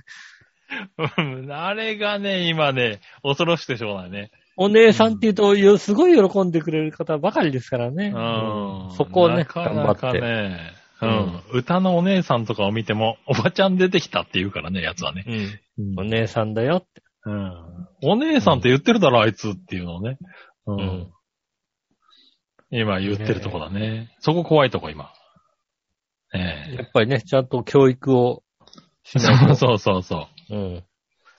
C: うんあれがね、今ね、恐ろしくてしょうがないね。
B: お姉さんって言うとよ、すごい喜んでくれる方ばかりですからね。
C: うん。
B: そこをね
C: なかなか
B: 頑
C: ね、うん。歌のお姉さんとかを見ても、おばちゃん出てきたって言うからね、やつはね。
B: うん。お姉さんだよって。
C: うん。お姉さんって言ってるだろ、あいつっていうのをね。うんん。今言ってるとこだね。そこ怖いとこ、今。え
B: やっぱりね、ちゃんと教育をし
C: え
B: ない
C: そう
B: と。
C: そうそうそう。
B: うん。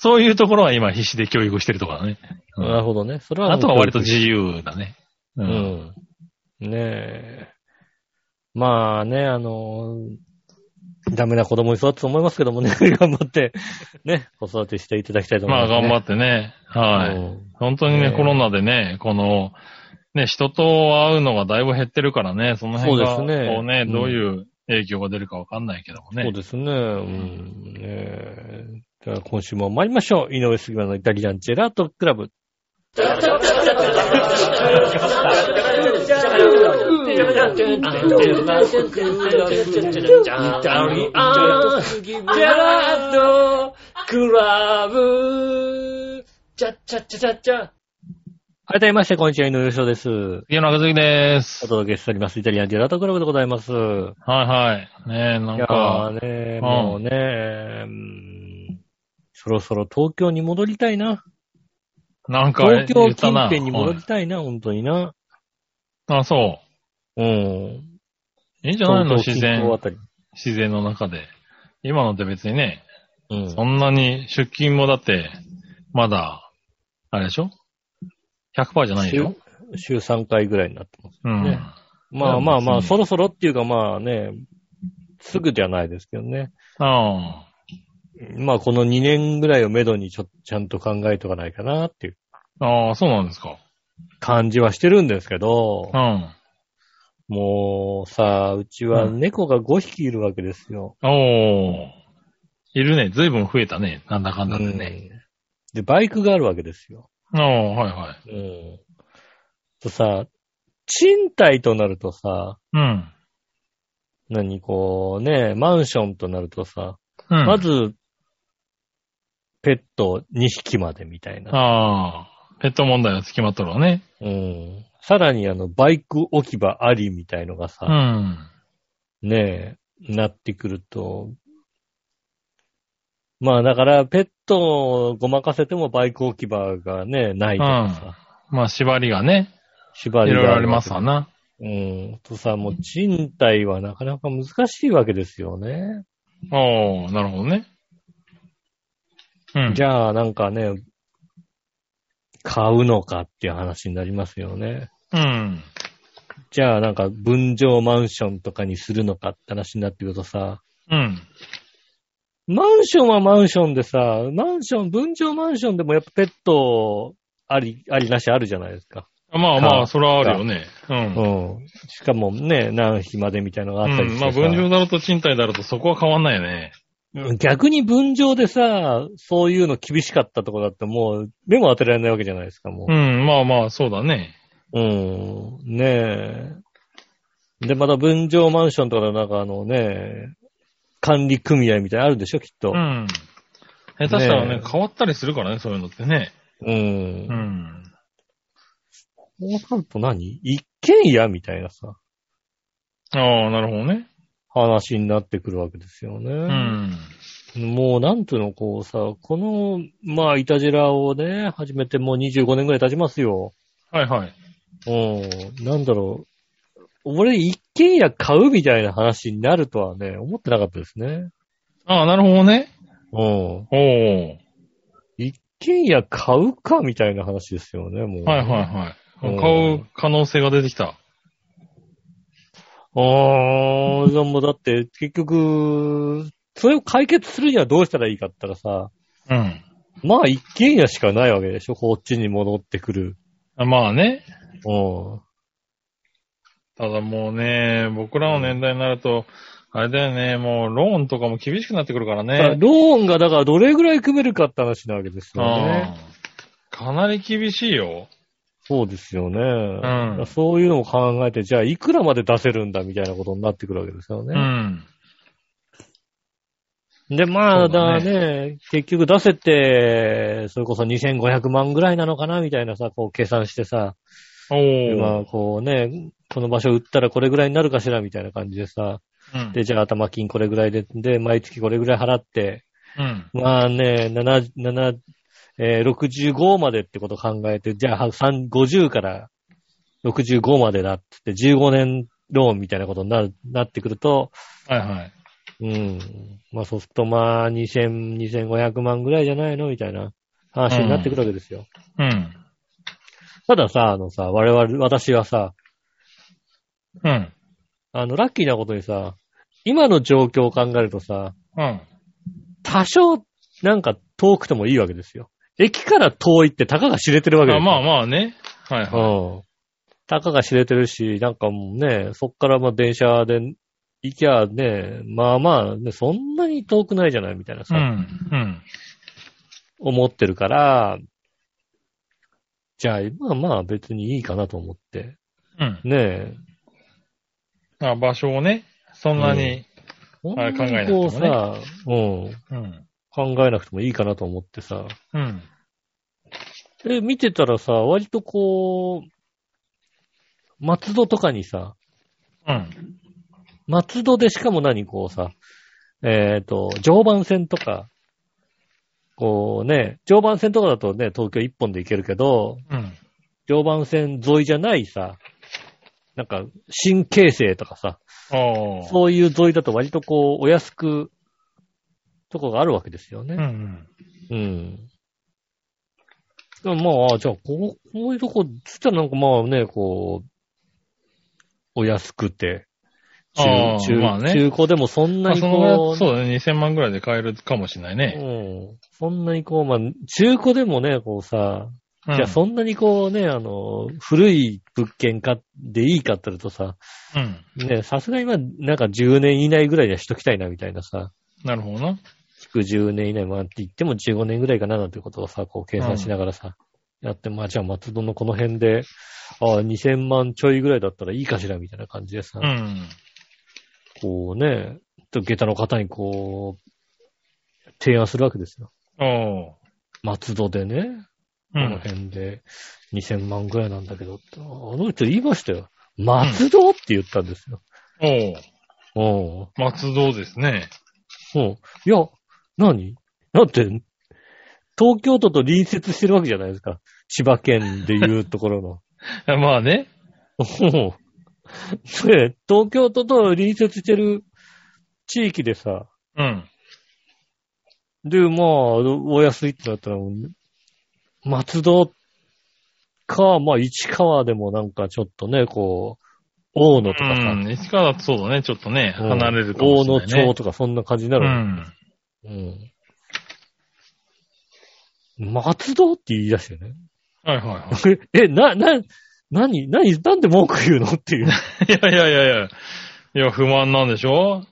C: そういうところは今必死で教育してるとこだね。うん
B: なるほどね。それは。
C: あとは割と自由だね。う
B: う。ん。ねえ。まあね、あの、ダメな子供に育つと思いますけどもね、 頑張って、ね、子育てしていただきたいと思い
C: ま
B: ま
C: あ
B: す、ね。
C: 頑張ってね。はい。
B: うん
C: 本当にね、
B: ねえ
C: コロナでね、この、ね、人と会うのがだいぶ減ってるからね、その辺が、
B: そうですね
C: こうね、
B: うん
C: どういう影響が出るかわかんないけどもね。
B: そうですね。うん。ねえ。じゃあ今週も参りましょう。井上杉村のイタリアンジェラートクラブ。はい、どうもまして、こんにちは、井上翔です。
C: 杉野中杉で
B: お
C: す。
B: 届けしております。イタリアンジェラートクラブでございます。
C: はいはい。ねえ、ないん
B: や
C: か、
B: ーね、
C: ん
B: もうね、うんそろそろ東京に戻りたいな。
C: なんか
B: 東
C: 言
B: 京
C: った
B: 近
C: な、
B: 辺に戻り
C: は
B: たいな、本当にな。
C: いあ、そ
B: うん。
C: う。いいんじゃないの
B: 東京
C: 自
B: 近郊あ
C: 然、
B: たり。
C: 自然の中で。今のって別にね、
B: うん。
C: そんなに出勤もだって、まだ、あれでしょ ?100% じゃないでしょ
B: 週3回ぐらいになってます。
C: うん。
B: ねまあまあまあ、
C: 別に
B: そろそろっていうかまあね、すぐではないですけどね。
C: あ
B: まあこの2年ぐらいをめどにちょ、ちゃんと考えとかないかなっていう
C: あ。ああ、そうなんですか。
B: 感じはしてるんですけど
C: う、ん。
B: もうさ、うちは猫が5匹いるわけですよ。
C: おー。いるね。ずいぶん増えたね。なんだかんだでね。
B: うんで、バイクがあるわけですよ。
C: おー、はいはい。
B: うん。とさ、賃貸となるとさ、
C: うん。
B: 何こうね、マンションとなるとさ、
C: うん。
B: まず、ペット2匹までみたいな。
C: ああ、ペット問題は付きまとるわね。
B: うん。さらにあの、バイク置き場ありみたいのが
C: う
B: さ、
C: ん。
B: ねえ、なってくると、まあだから、ペットをごまかせてもバイク置き場がね、ないとかさ、
C: まあ、縛りがね、
B: 縛
C: い
B: りが
C: ろいろあり
B: わ
C: ま
B: け
C: すわな。
B: うん。とさ、もう賃貸はなかなか難しいわけですよね。
C: おー、なるほどね。うん。
B: じ
C: ゃ
B: ゃあ、なんかね、買うのかっていう話になりますよね。
C: うん。
B: じゃあ、なんか分譲マンションとかにするのかって話になってくるとさ、
C: うん。
B: マンションはマンションでさ、マンション、分譲マンションでもやっぱペットあり、ありなしあるじゃないですか。
C: まあまあ、それはあるよね。う。
B: うんん。しかもね、何匹までみたいなのがあったり
C: う
B: し
C: ん、
B: て
C: ま
B: さ、
C: あ、分譲だろうと賃貸だろうとそこは変わんないよね。
B: 逆に分譲でさ、そういうの厳しかったとこだってもう目も当てられないわけじゃないですか、も
C: うん、まあまあ、そうだね。
B: う。うん。ねえ。で、また分譲マンションとかのなんかあのね、管理組合みたいなのあるでしょ、きっと
C: う。ん。下手したらね
B: ねえ
C: 変わったりするからね、そういうのってね。
B: う。
C: うんん。
B: こうなると何一軒家みたいなさ、
C: ああ、なるほどね。
B: 話になってくるわけですよね。
C: うん。
B: もうなんていうの、こうさ、この、まあ、イタジェラをね、始めてもう25年ぐらい経ちますよ。
C: はいはい。
B: うん、なんだろう。俺、一軒家買うみたいな話になるとはね、思ってなかったですね。
C: ああ、なるほどね。
B: うん。
C: おお。
B: 一軒家買うかみたいな話ですよね、もう。
C: はいはいはい。
B: うん
C: 買う可能性が出てきた。
B: あー、でもだって、結局、それを解決するにはどうしたらいいかって言ったらさ、
C: うん。
B: まあ一軒家しかないわけでしょ、こっちに戻ってくる。
C: あまあね。
B: うん。
C: ただもうね、僕らの年代になると、あれだよね、もうローンとかも厳しくなってくるから
B: だから
C: ね。
B: ローンがだからどれぐらい組めるかって話なわけですよね。
C: うんかなり厳しいよ。
B: そうですよね。
C: ん
B: そういうのを考えて、じゃあいくらまで出せるんだみたいなことになってくるわけですよ
C: う
B: ね。
C: ん。
B: で、まあ、
C: そう
B: だから
C: だね
B: ね、結局出せて、それこそ2500万ぐらいなのかなみたいなさ、こう計算してさ、
C: お
B: ま
C: ー
B: あこうね、この場所売ったらこれぐらいになるかしらみたいな感じでさ、
C: うん
B: で、じゃあ頭金これぐらいで、で、毎月これぐらい払って、
C: うん。
B: まあね、7、7、えー65までってこと考えて、じゃあ、は3 50から65までだってって、15年ローンみたいなことになるなってくると、
C: はいはい。
B: うん。まあそうすると、まあ、2000、2500万ぐらいじゃないのみたいな話になってくるわけですよ。
C: うん。
B: たださ、あのさ、我々、私はさ、
C: うん。
B: あの、ラッキーなことにさ、今の状況を考えるとさ、
C: うん。
B: 多少、なんか遠くてもいいわけですよ。駅から遠いってたかが知れてるわけです
C: あ
B: よ。
C: まあまあね。はいはい。
B: うん。たかが知れてるし、なんかもうね、そっからまあ電車で行きゃね、まあまあ、ね、そんなに遠くないじゃないみたいな
C: う
B: さ、
C: ん。
B: 思ってるから、じゃあ、まあまあ別にいいかなと思って。
C: うん。
B: ね
C: うん。あ、場所をね、そんなに。
B: え。
C: あれ考えなくて
B: こ
C: も
B: う
C: ね
B: さ、うん。
C: うん。
B: 考えなくてもいいかなと思ってさ。
C: うん。
B: で、見てたらさ、割とこう、松戸とかにさ、
C: うん。
B: 松戸でしかも何こうさ、えっ、と、常磐線とか、こうね、常磐線とかだとね、東京一本で行けるけど、
C: うん。
B: 常磐線沿いじゃないさ、なんか、新京成とかさ、
C: おー。
B: そういう沿いだと割とこう、お安く、とこがあるわけですよ
C: うんう
B: ね。
C: ん。
B: うん。でもまあ、じゃあ、こう、こういうとこ、つったらなんかまあね、こう、お安くて、中
C: あー、
B: 中、
C: まあね
B: 中古でもそんな
C: まあ、
B: に
C: その
B: こう、
C: そうだね、2000万ぐらいで買えるかもしれないね。
B: うん。そんなにこう、まあ、中古でもね、こうさ、
C: うん
B: じゃあそんなにこうね、あの、古い物件買っていいかって言うとさ、
C: うん。
B: ね、さすがにまあ、なんか10年以内ぐらいにはしときたいなみたいなさ、
C: なるほどな。
B: 築10年以内、まあって言っても15年ぐらいかななんてことをさ、こう計算しながらさ、やって、まあじゃあ松戸のこの辺で、ああ、2000万ちょいぐらいだったらいいかしらみたいな感じでさ、
C: うん。
B: こうね、と下駄の方にこう、提案するわけですよ。
C: おー。
B: 松戸でね、
C: う
B: この
C: ん。
B: 辺で2000万ぐらいなんだけどって、あの人言いましたよ。松戸って言ったんですよ。
C: おー。
B: うん。
C: 松戸ですね。
B: うん。いや、何だって、東京都と隣接してるわけじゃないですか。千葉県でいうところの。
C: まあね。
B: うんで、東京都と隣接してる地域でさ、
C: うん。
B: で、まあ、お安いってなったら、松戸か、まあ、市川でもなんかちょっとね、こう、大野と
C: う
B: かさ、
C: ん。市川だとそうだね、ちょっとね、
B: うん
C: 離れるかもしれない、ね。
B: 大野町とかそんな感じにな
C: う
B: るわけ
C: ん。
B: うん。松戸って言い出してね。
C: はいはいは
B: え、な、な、なに、なに、なんで文句言うのっていう。
C: い。 いやいやいやいや。いや、不満なんでしょ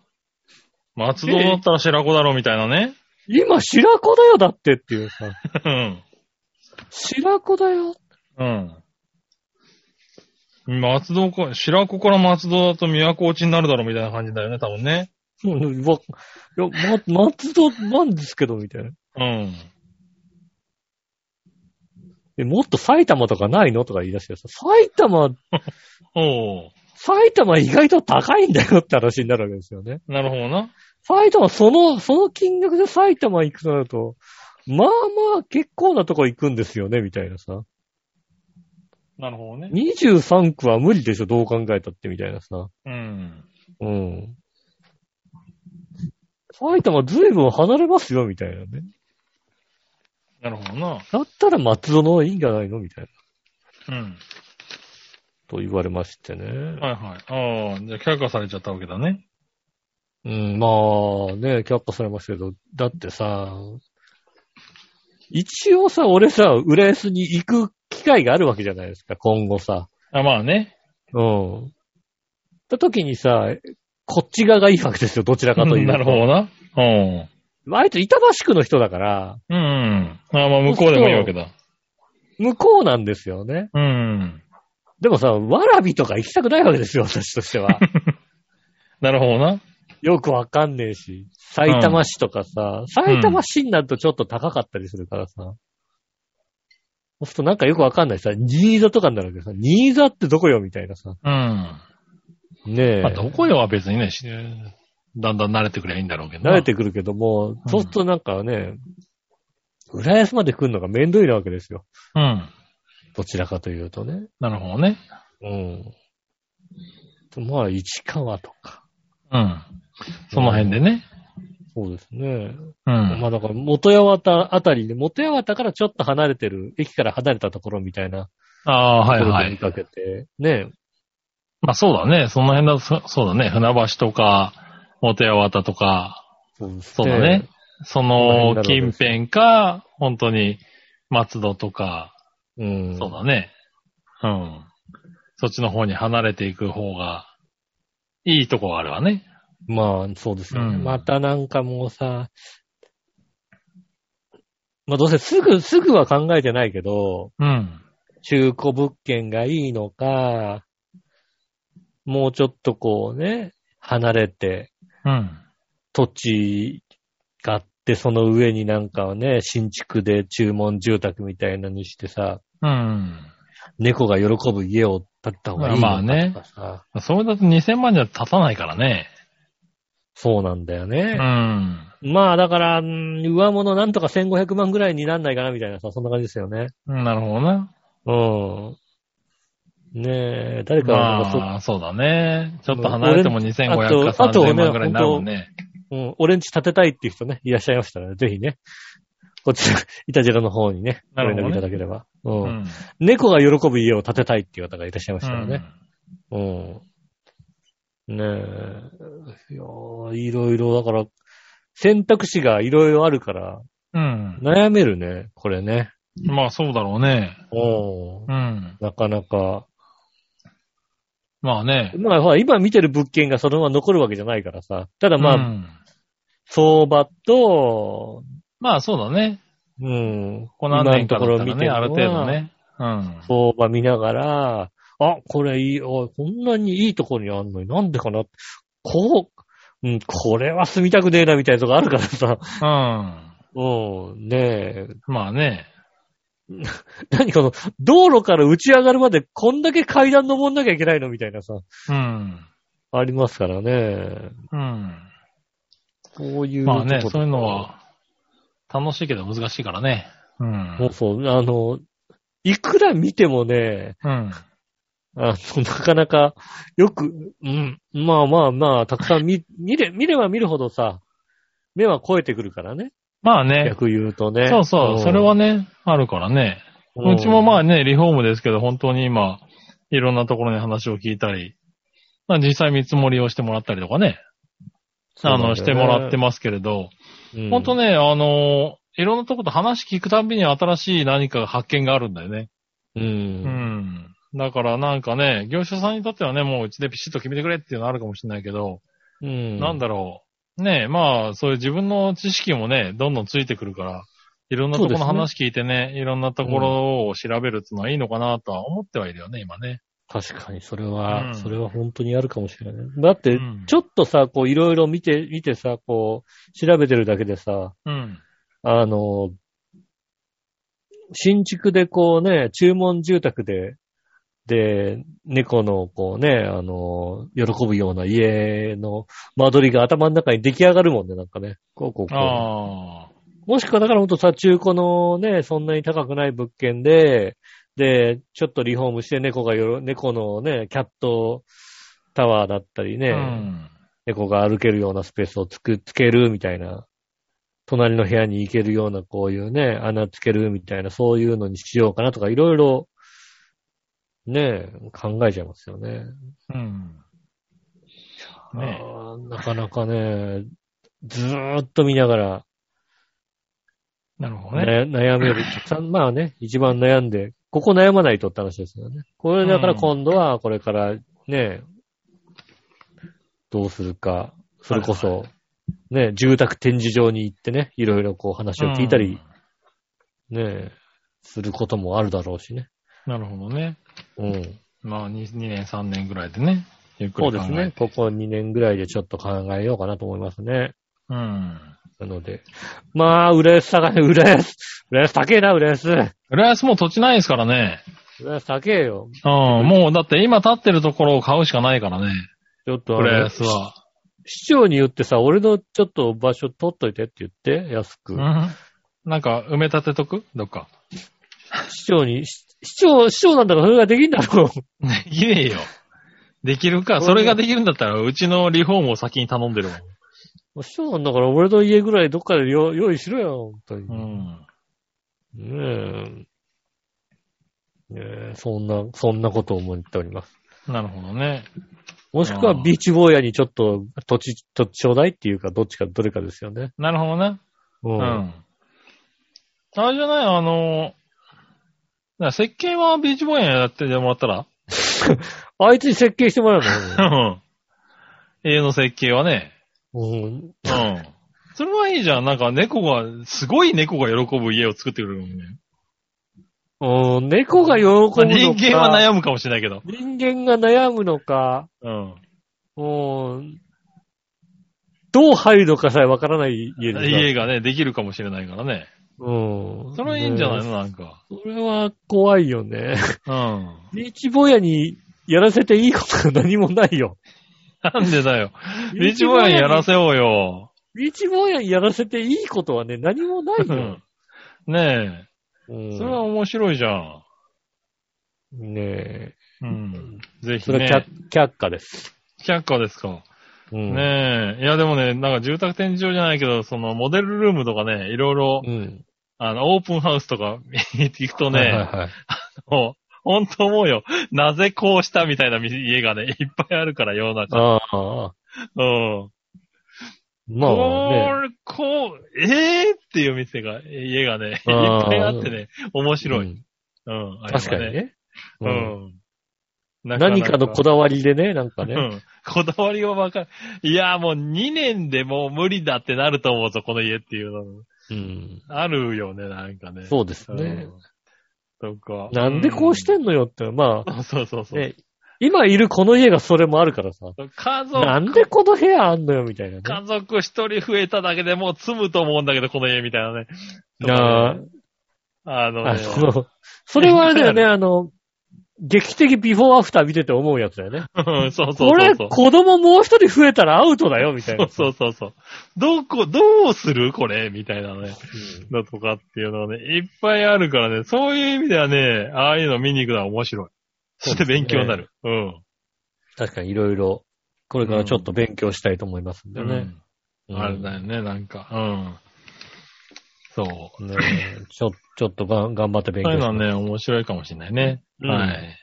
C: 松戸だったら白子だろ、みたいなね。
B: 今、白子だよ、だってっていうさ。
C: うん。
B: 白子だよ。
C: うん。松戸か、白子から松戸だと都落ちになるだろうみたいな感じだよね、多分ね。
B: うんわいや、ま、松戸なんですけど、みたいな。
C: うん。
B: え、もっと埼玉とかないのとか言い出してさ、埼玉、
C: おう
B: 埼玉意外と高いんだよって話になるわけですよね。
C: なるほどな。
B: 埼玉、その、その金額で埼玉行くとなると、まあまあ結構なとこ行くんですよね、みたいなさ。
C: なるほどね。
B: 23区は無理でしょ、どう考えたって、みたいなさ。
C: うん。
B: うん。埼玉ずいぶん離れますよ、みたいなね。
C: なるほどな。
B: だったら松戸の方がいいんじゃないのみたいな。
C: うん。
B: と言われましてね。
C: はいはい。ああ、じゃあ却下されちゃったわけだね。
B: うん、まあね、却下されましたけど、だってさ、一応さ、俺さ、浦安に行く期会があるわけじゃないですか、今後さ。
C: あ、まあね。
B: うん。た時にさ、こっち側がいいわけですよ、どちらかというと。
C: なるほどな。うん。
B: まあ。あいつ板橋区の人だから、
C: うんうん。あまあ、向こうでもいいわけだ。
B: 向こうなんですよね。
C: うん。
B: でもさ、わらびとか行きたくないわけですよ、私として は。
C: なるほどな。
B: よくわかんねえし。埼玉市とかさ、埼玉市になるとちょっと高かったりするからさ。そうするとなんかよくわかんないさ、新座とかになるわけどさ、新座ってどこよみたいなさ。
C: うん。
B: ねえ。
C: まあ、どこよは別にね、しだんだん慣れてくればいいんだろうけど
B: 慣
C: な
B: れてくるけども、そうするとなんかね、浦安まで来るのが面倒いなわけですよ。
C: うん。
B: どちらかというとね。
C: なるほどね。
B: うん。まあ、市川とか。
C: うん。その辺でね。
B: そうですね。
C: うん。
B: まあだから、元八幡あたりで、元八幡からちょっと離れてる、駅から離れたところみたいな
C: ああ、
B: とこ
C: はい
B: ろ
C: は
B: で見
C: い。
B: かけて、ね。
C: まあそうだね。その辺だそ、そうだね。船橋とか、モテヤワタとか、
B: そうです
C: そうだね。。そ
B: この辺だろ
C: の
B: うね
C: 近辺か、本当に松戸とか、
B: うん。
C: そうだね。うん。そっちの方に離れていく方が、いいとこがあるわね。
B: まあ、そうですよね。
C: うん
B: またなんかもうさ、まあどうせすぐ、すぐは考えてないけど、
C: うん。
B: 中古物件がいいのか、もうちょっとこうね、離れて、
C: うん。
B: 土地があって、その上になんかをね、新築で注文住宅みたいなのにしてさ、
C: うん。
B: 猫が喜ぶ家を建てた方がいいの
C: まあね
B: かとかさ、
C: それだと2000万じゃ立たないからね。
B: そうなんだよ
C: う
B: ね。
C: ん。
B: まあだから、うん上物なんとか1500万ぐらいになんないかなみたいなさ、そんな感じですよね。
C: なるほどな。
B: うん。ねえ、誰かなんかそ
C: まあ、そうだね。ちょっと離れても2500か
B: あと
C: 3000万ぐらいになるもんね。
B: うん、俺んち建てたいっていう人ね、いらっしゃいましたら、ね、ぜひね、こっち、イタジェラの方にね、ご
C: なる
B: 連
C: ほど
B: 絡
C: ね
B: いただければ。うん。
C: うん。
B: 猫が喜ぶ家を建てたいっていう方がいらっしゃいましたらね。うん。ねえ、いやーいろいろ、だから、選択肢がいろいろあるから、
C: うん。
B: 悩めるね、これね。
C: まあそうだろうね。
B: うん。
C: うん。
B: なかなか。
C: まあね。
B: まあ、ほら、今見てる物件がそのまま残るわけじゃないからさ。ただまあ、
C: うん
B: 相場と、
C: まあそうだね。
B: うん。
C: この何年かだったらね、
B: 今の
C: ある
B: ところ見
C: 程
B: てるのは
C: 度ね。うん。
B: 相場見ながら、あ、これいい、おいこんなにいいところにあんのになんでかな。こう、うん、これは住みたくねえなみたいなとこあるからさ。
C: うん。
B: うん、ねえ。
C: まあね。
B: 何この、道路から打ち上がるまでこんだけ階段登んなきゃいけないのみたいなさ、
C: うん。
B: ありますからね。
C: うん。
B: こういう
C: まあね、
B: とことか
C: そういうの。は、楽しいけど難しいからね。うん。
B: もうそう、あの、いくら見てもね、
C: うん。
B: あの、なかなか、よく、うん、まあまあまあ、たくさん見、 見れ、見れば見るほどさ、目は超えてくるからね。
C: まあね。
B: 逆言うとね。
C: そうそう。それはね、あるからね。
B: ん、
C: うちもま
B: あ、
C: あね、リフォームですけど、本当に今、いろんなところに話を聞いたり、まあ実際見積もりをしてもらったりとかね、あの、してもらって
B: も、
C: ますけれど、
B: うん
C: 本当ね、あの、いろんなところと話聞くたびに新しい何か発見があるんだよね。
B: う。
C: うんん。だからなんかね、業者さんにとってはね、もううちでピシッと決めてくれっていうのあるかもしれないけど、
B: うん。
C: なんだろう。ねまあ、そういう自分の知識もね、どんどんついてくるから、いろんなところの話聞いてね、いろんなところを調べるっていうのはいいのかなとは思ってはいるよね、今ね。
B: 確かに、それは、
C: うん
B: それは本当にあるかもしれない。だって、
C: うん
B: ちょっとさ、こう、いろいろ見て、見てさ、こう、調べてるだけでさ、
C: うん。
B: あの、新築でこうね、注文住宅で、で、猫のこうね、あの、喜ぶような家の間取りが頭の中に出来上がるもんね、なんかね。こうこうこ
C: ああ。
B: う。もしくはだからほんとさ、中古のね、そんなに高くない物件で、で、ちょっとリフォームして猫がよろ、猫のね、キャットタワーだったりね、
C: うん。
B: 猫が歩けるようなスペースをつく、つけるみたいな。隣の部屋に行けるようなこういうね、穴つけるみたいな、そういうのにしようかなとか、いろいろ、ねえ、考えちゃいますよね。
C: うん。ね
B: あーなかなかね、ずーっと見ながら、
C: なるほどね。
B: 悩悩める。たくさんまあね、一番悩んで、ここ悩まないとって話ですよね。これだから
C: うん
B: 今度は、これからね、どうするか、それこそ、ね、住宅展示場に行ってね、いろいろこう話を聞いたり、ね、することもあるだろうしね。
C: うん。なるほどね。
B: うん。
C: まあ2、2年、3年ぐらいでね。ゆっく
B: そ
C: り
B: う
C: 考え
B: です
C: て
B: ね。。ここ2年ぐらいでちょっと考えようかなと思いますね。
C: うん。
B: なので。まあ、浦安高い、浦安、浦安高えな、浦安。浦
C: 浦安もう土地ないですからね。
B: 安高えよ。
C: うん。もうだって今立ってるところを買うしかないからね。
B: ちょっとあの
C: 浦安は。
B: 市長に言ってさ、俺のちょっと場所取っといてって言って、安く
C: う。ん。なんか埋め立てとくどっ か。
B: 市長に、し市長、市長なんだからそれができんだろう。
C: できねえよ。できるか。それができるんだったら、うちのリフォームを先に頼んでる
B: もう 市長なんだから俺の家ぐらいどっかで用用意しろよ、本
C: もん。
B: 当に。ねえ。ねえ、そんな、そんなことを思っております。
C: うん。なるほどね。
B: もしくは
C: あー
B: ビーチ坊やにちょっと土地、土地ちょうだいっていうか、どっちかどれかですよね。
C: なるほどね。
B: う
C: う。ん。あれじゃない、あの、な設計はビーチボーイにやってもらった ら
B: あいつに設計してもらう
C: うん家の設計は ね。
B: の、うん、
C: うん。それはいいじゃん。なんか猫が、すごい猫が喜ぶ家を作ってくれるもんね。
B: うん。猫が喜ぶのか。
C: 人間は悩むかもしれないけど。
B: 人間が悩むのか。
C: うん。
B: もう、どう入るのかさえわからない家です
C: 家がね、できるかもしれないからね。
B: うん。
C: それはいいんじゃない
B: ね
C: のなんか。
B: それは怖いよね。
C: うん。
B: ビーチ坊やにやらせていいことが何もない よ。
C: なん でだよ。ビーチボーイにやら
B: せ。
C: せようよ。
B: ビーチ坊やにやらせていいことはね、何もないよ。
C: ね
B: う
C: え。
B: ん
C: それは面白いじゃん。
B: ねえ。
C: うん。ぜひ
B: それは
C: ね。
B: 却却下です。
C: 却下ですか。
B: うん。
C: ねえ。いやでもね、なんか住宅展示場じゃないけど、そのモデルルームとかね、いろいろ、
B: うん。
C: あの、オープンハウスとか 行くと
B: はいは
C: ね、
B: いはい
C: もう、ほんと思うよ。なぜこうしたみたいな家がね、いっぱいあるから、世の中。
B: ああ。
C: うん。
B: まあね。
C: こう、こう、ええー、っていう店が、家がね、いっ
B: あー
C: ぱいあってね、面白
B: う
C: い。
B: ん
C: うん。あれは
B: 確かに。ね。
C: う
B: うん
C: ん。なな
B: 何かのこだわりでね、なんかね。
C: うん。こだわりをわかる。いや、もう2年でもう無理だってなると思うぞ、この家っていうの。
B: うん。
C: あるよね、なんかね。
B: そうですね。
C: うん。とか。
B: なんでこうして
C: の
B: んのよって、まあ、
C: そうそうそう。
B: ね、今いるこの家がそれもあるからさ、
C: 家族、
B: なんでこの部屋あんのよみたいなね。
C: 家族一人増えただけでもう積むと思うんだけど、この家みたいなね。
B: なあ
C: あの
B: あ
C: ね。
B: の、それはあれ だよね、あの、劇的ビフォーアフター見てて思うやつだよね。
C: うんそうそうそうそう。
B: これ、子供もう一人増えたらアウトだよ、みたいな。
C: そうそうそう。どこ、どうするこれみたいなね。
B: うん
C: のとかっていうのはね、いっぱいあるからね、そういう意味ではね、ああいうの見に行くのは面白い。そして勉強になる。うん。
B: 確かにいろいろ、これからちょっと勉強したいと思いますんでね。
C: う
B: うんん
C: あれだよね、なんか。うん。そう。
B: ねえちょ、ちょっとがん頑張って勉
C: そう
B: 強
C: いう
B: し
C: のは
B: て、
C: ね、面白いかもしれないね。
B: うん
C: はい。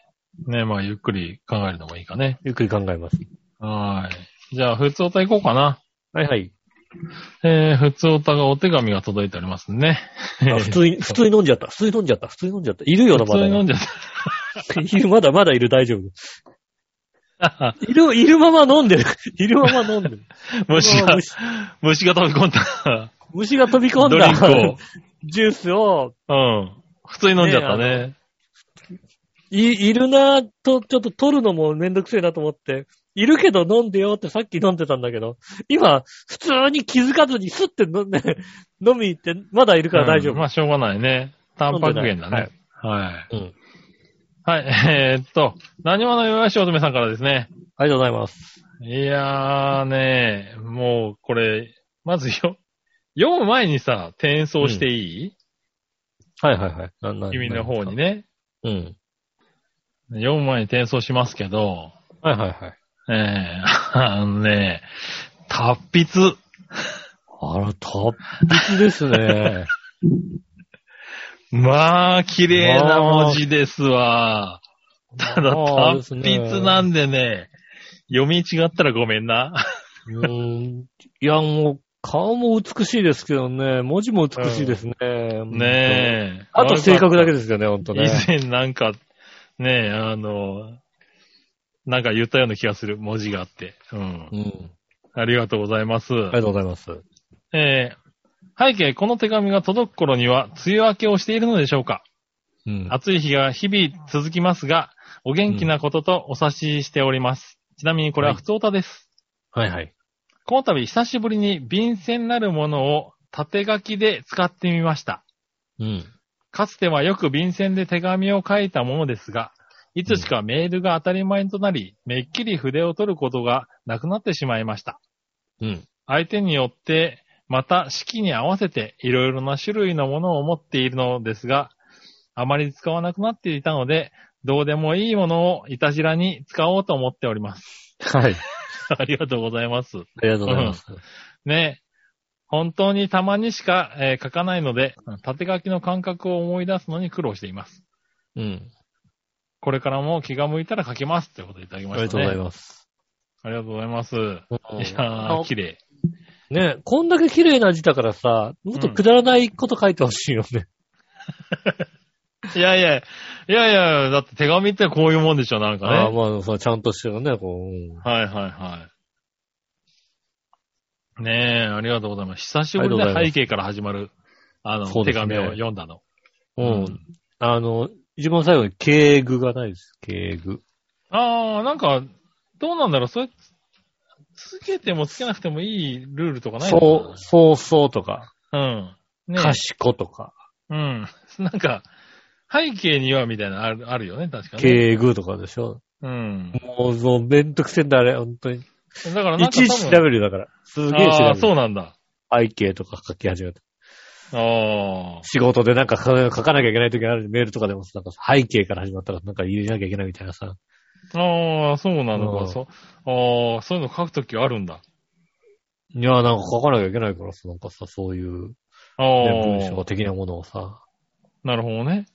C: ね、まあ、ゆっくり考えるのもいいかね。
B: ゆっくり考えます。
C: はい。じゃあ、普通歌行こうかな。
B: はいはい。
C: えー、普通歌がお手紙が届いておりますね。
B: あ普 通に、普通に飲んじゃった。普通に飲んじゃった。普通に飲んじゃった。いるよな、
C: 普
B: まだ
C: 通に飲
B: な。
C: んじゃっ
B: い る、まだまだいる、大丈夫。
C: た。
B: いる、いるまま飲んでる。 いるまま飲んでる。
C: 虫 が、
B: 虫
C: 虫が飛び込んだ。
B: 虫が飛び込ん
C: ドリンク
B: だ
C: を。
B: ジュースを、
C: うん。普通に飲んじゃった
B: ね
C: ね。
B: い、いるなぁと、ちょっと取るのもめんどくせえなと思って、いるけど飲んでよってさっき飲んでたんだけど、今、普通に気づかずにスッて飲んで、 飲み行って、まだいるから大丈
C: う
B: 夫。
C: んまあ、しょうがないね。タンパク源だね。はい。
B: うん。
C: はい、 えーっと、何者よやしおとめさんからですね。
B: ありがとうございます。
C: いやーね、もう、これ、まずよ、読む前にさ、転送していい、
B: はいはいはい。なな
C: 君の方に。ね。
B: うん。
C: 読む前に転送しますけど、
B: はいはいはい。
C: えー、 あのね、達筆。
B: あら、達筆です ね。
C: まあ、綺麗な文字ですわ。ただ、
B: まあです
C: 達
B: ね
C: 筆なんでね、読み違ったらごめんな。
B: うーんいや、もう、顔も美しいですけどね、文字も美しいですね。
C: ねえ。
B: え。あと性格だけ
C: で
B: ですよね、ほんとね
C: 以。前なんか、ねえ、あの、なんか言ったような気がする文字があって。うん。
B: うん。
C: ありがとうございます。
B: ありがとうございます。
C: えー、背景、この手紙が届く頃には、梅雨明けをしているのでしょうか
B: うん。
C: 暑い日が日々続きますが、お元気なこととお察ししております。ちなみにこれは普通歌です。
B: はいはい。
C: この度久しぶりに便箋なるものを縦書きで使ってみました。
B: うん。
C: かつてはよく便箋で手紙を書いたものですが、いつしかメールが当たり前となり、めっきり筆を取ることがなくなってしまいました。
B: うん。
C: 相手によって、また式に合わせていろいろな種類のものを持っているのですが、あまり使わなくなっていたので、どうでもいいものをいたじらに使おうと思っております。
B: はい。
C: ありがとうございます。
B: ありがとうございます。
C: ね本当にたまにしか、えー書かないので、縦書きの感覚を思い出すのに苦労しています。
B: うん。
C: これからも気が向いたら書けますということでいただき
B: あ
C: ま
B: りが
C: し
B: と
C: た
B: う
C: ね。
B: ございます。
C: ありがとうございます。いや
B: あ
C: ー、綺麗。
B: ねえ、こんだけ綺麗な字だからさ、もっとくだらないこと書いてほしいよね。
C: いやいや、いやいや、だって手紙ってこういうもんでしょ、なんかね。
B: ああ、まあ、そうちゃんとしてるね、こううん。
C: はいはいはい。ねえ、ありがとうございます。久しぶりで背景から始まる、あの、
B: そうで
C: 手
B: すね
C: 紙を読んだの。
B: うん。
C: うん
B: あの、一番最後に敬具がないです。敬具。
C: ああ、なんか、どうなんだろう、それ、つけてもつけなくてもいいルールとかないのか
B: そう、そうそうとか、
C: な。うん。ね
B: かしことか、
C: うん。 なんか、背景にはみたいなのある、あるよね、確かに。
B: 敬具とかでしょ。
C: うん。
B: もう、もうめんどくせえんだ、あれ、本当に。
C: だからなん
B: い
C: か
B: ちいち調べるよ、だから。すげえ調べる。
C: ああー、そうなんだ。
B: 背景とか書き始めた。
C: ああ。
B: 仕事でなんか書書かなきゃいけない時があるメールとかでもさ、なんか背景から始まったらなんか入れなきゃいけないみたいなさ。
C: ああ、そうなの
B: う
C: か。
B: ん
C: そう。ああ、そういうの書くときあるんだ。
B: いや、なんか書かなきゃいけないからさ、なんかさ、そういう、
C: あ
B: ね、
C: あ。
B: 文章的なものをさ、
C: なるほどね。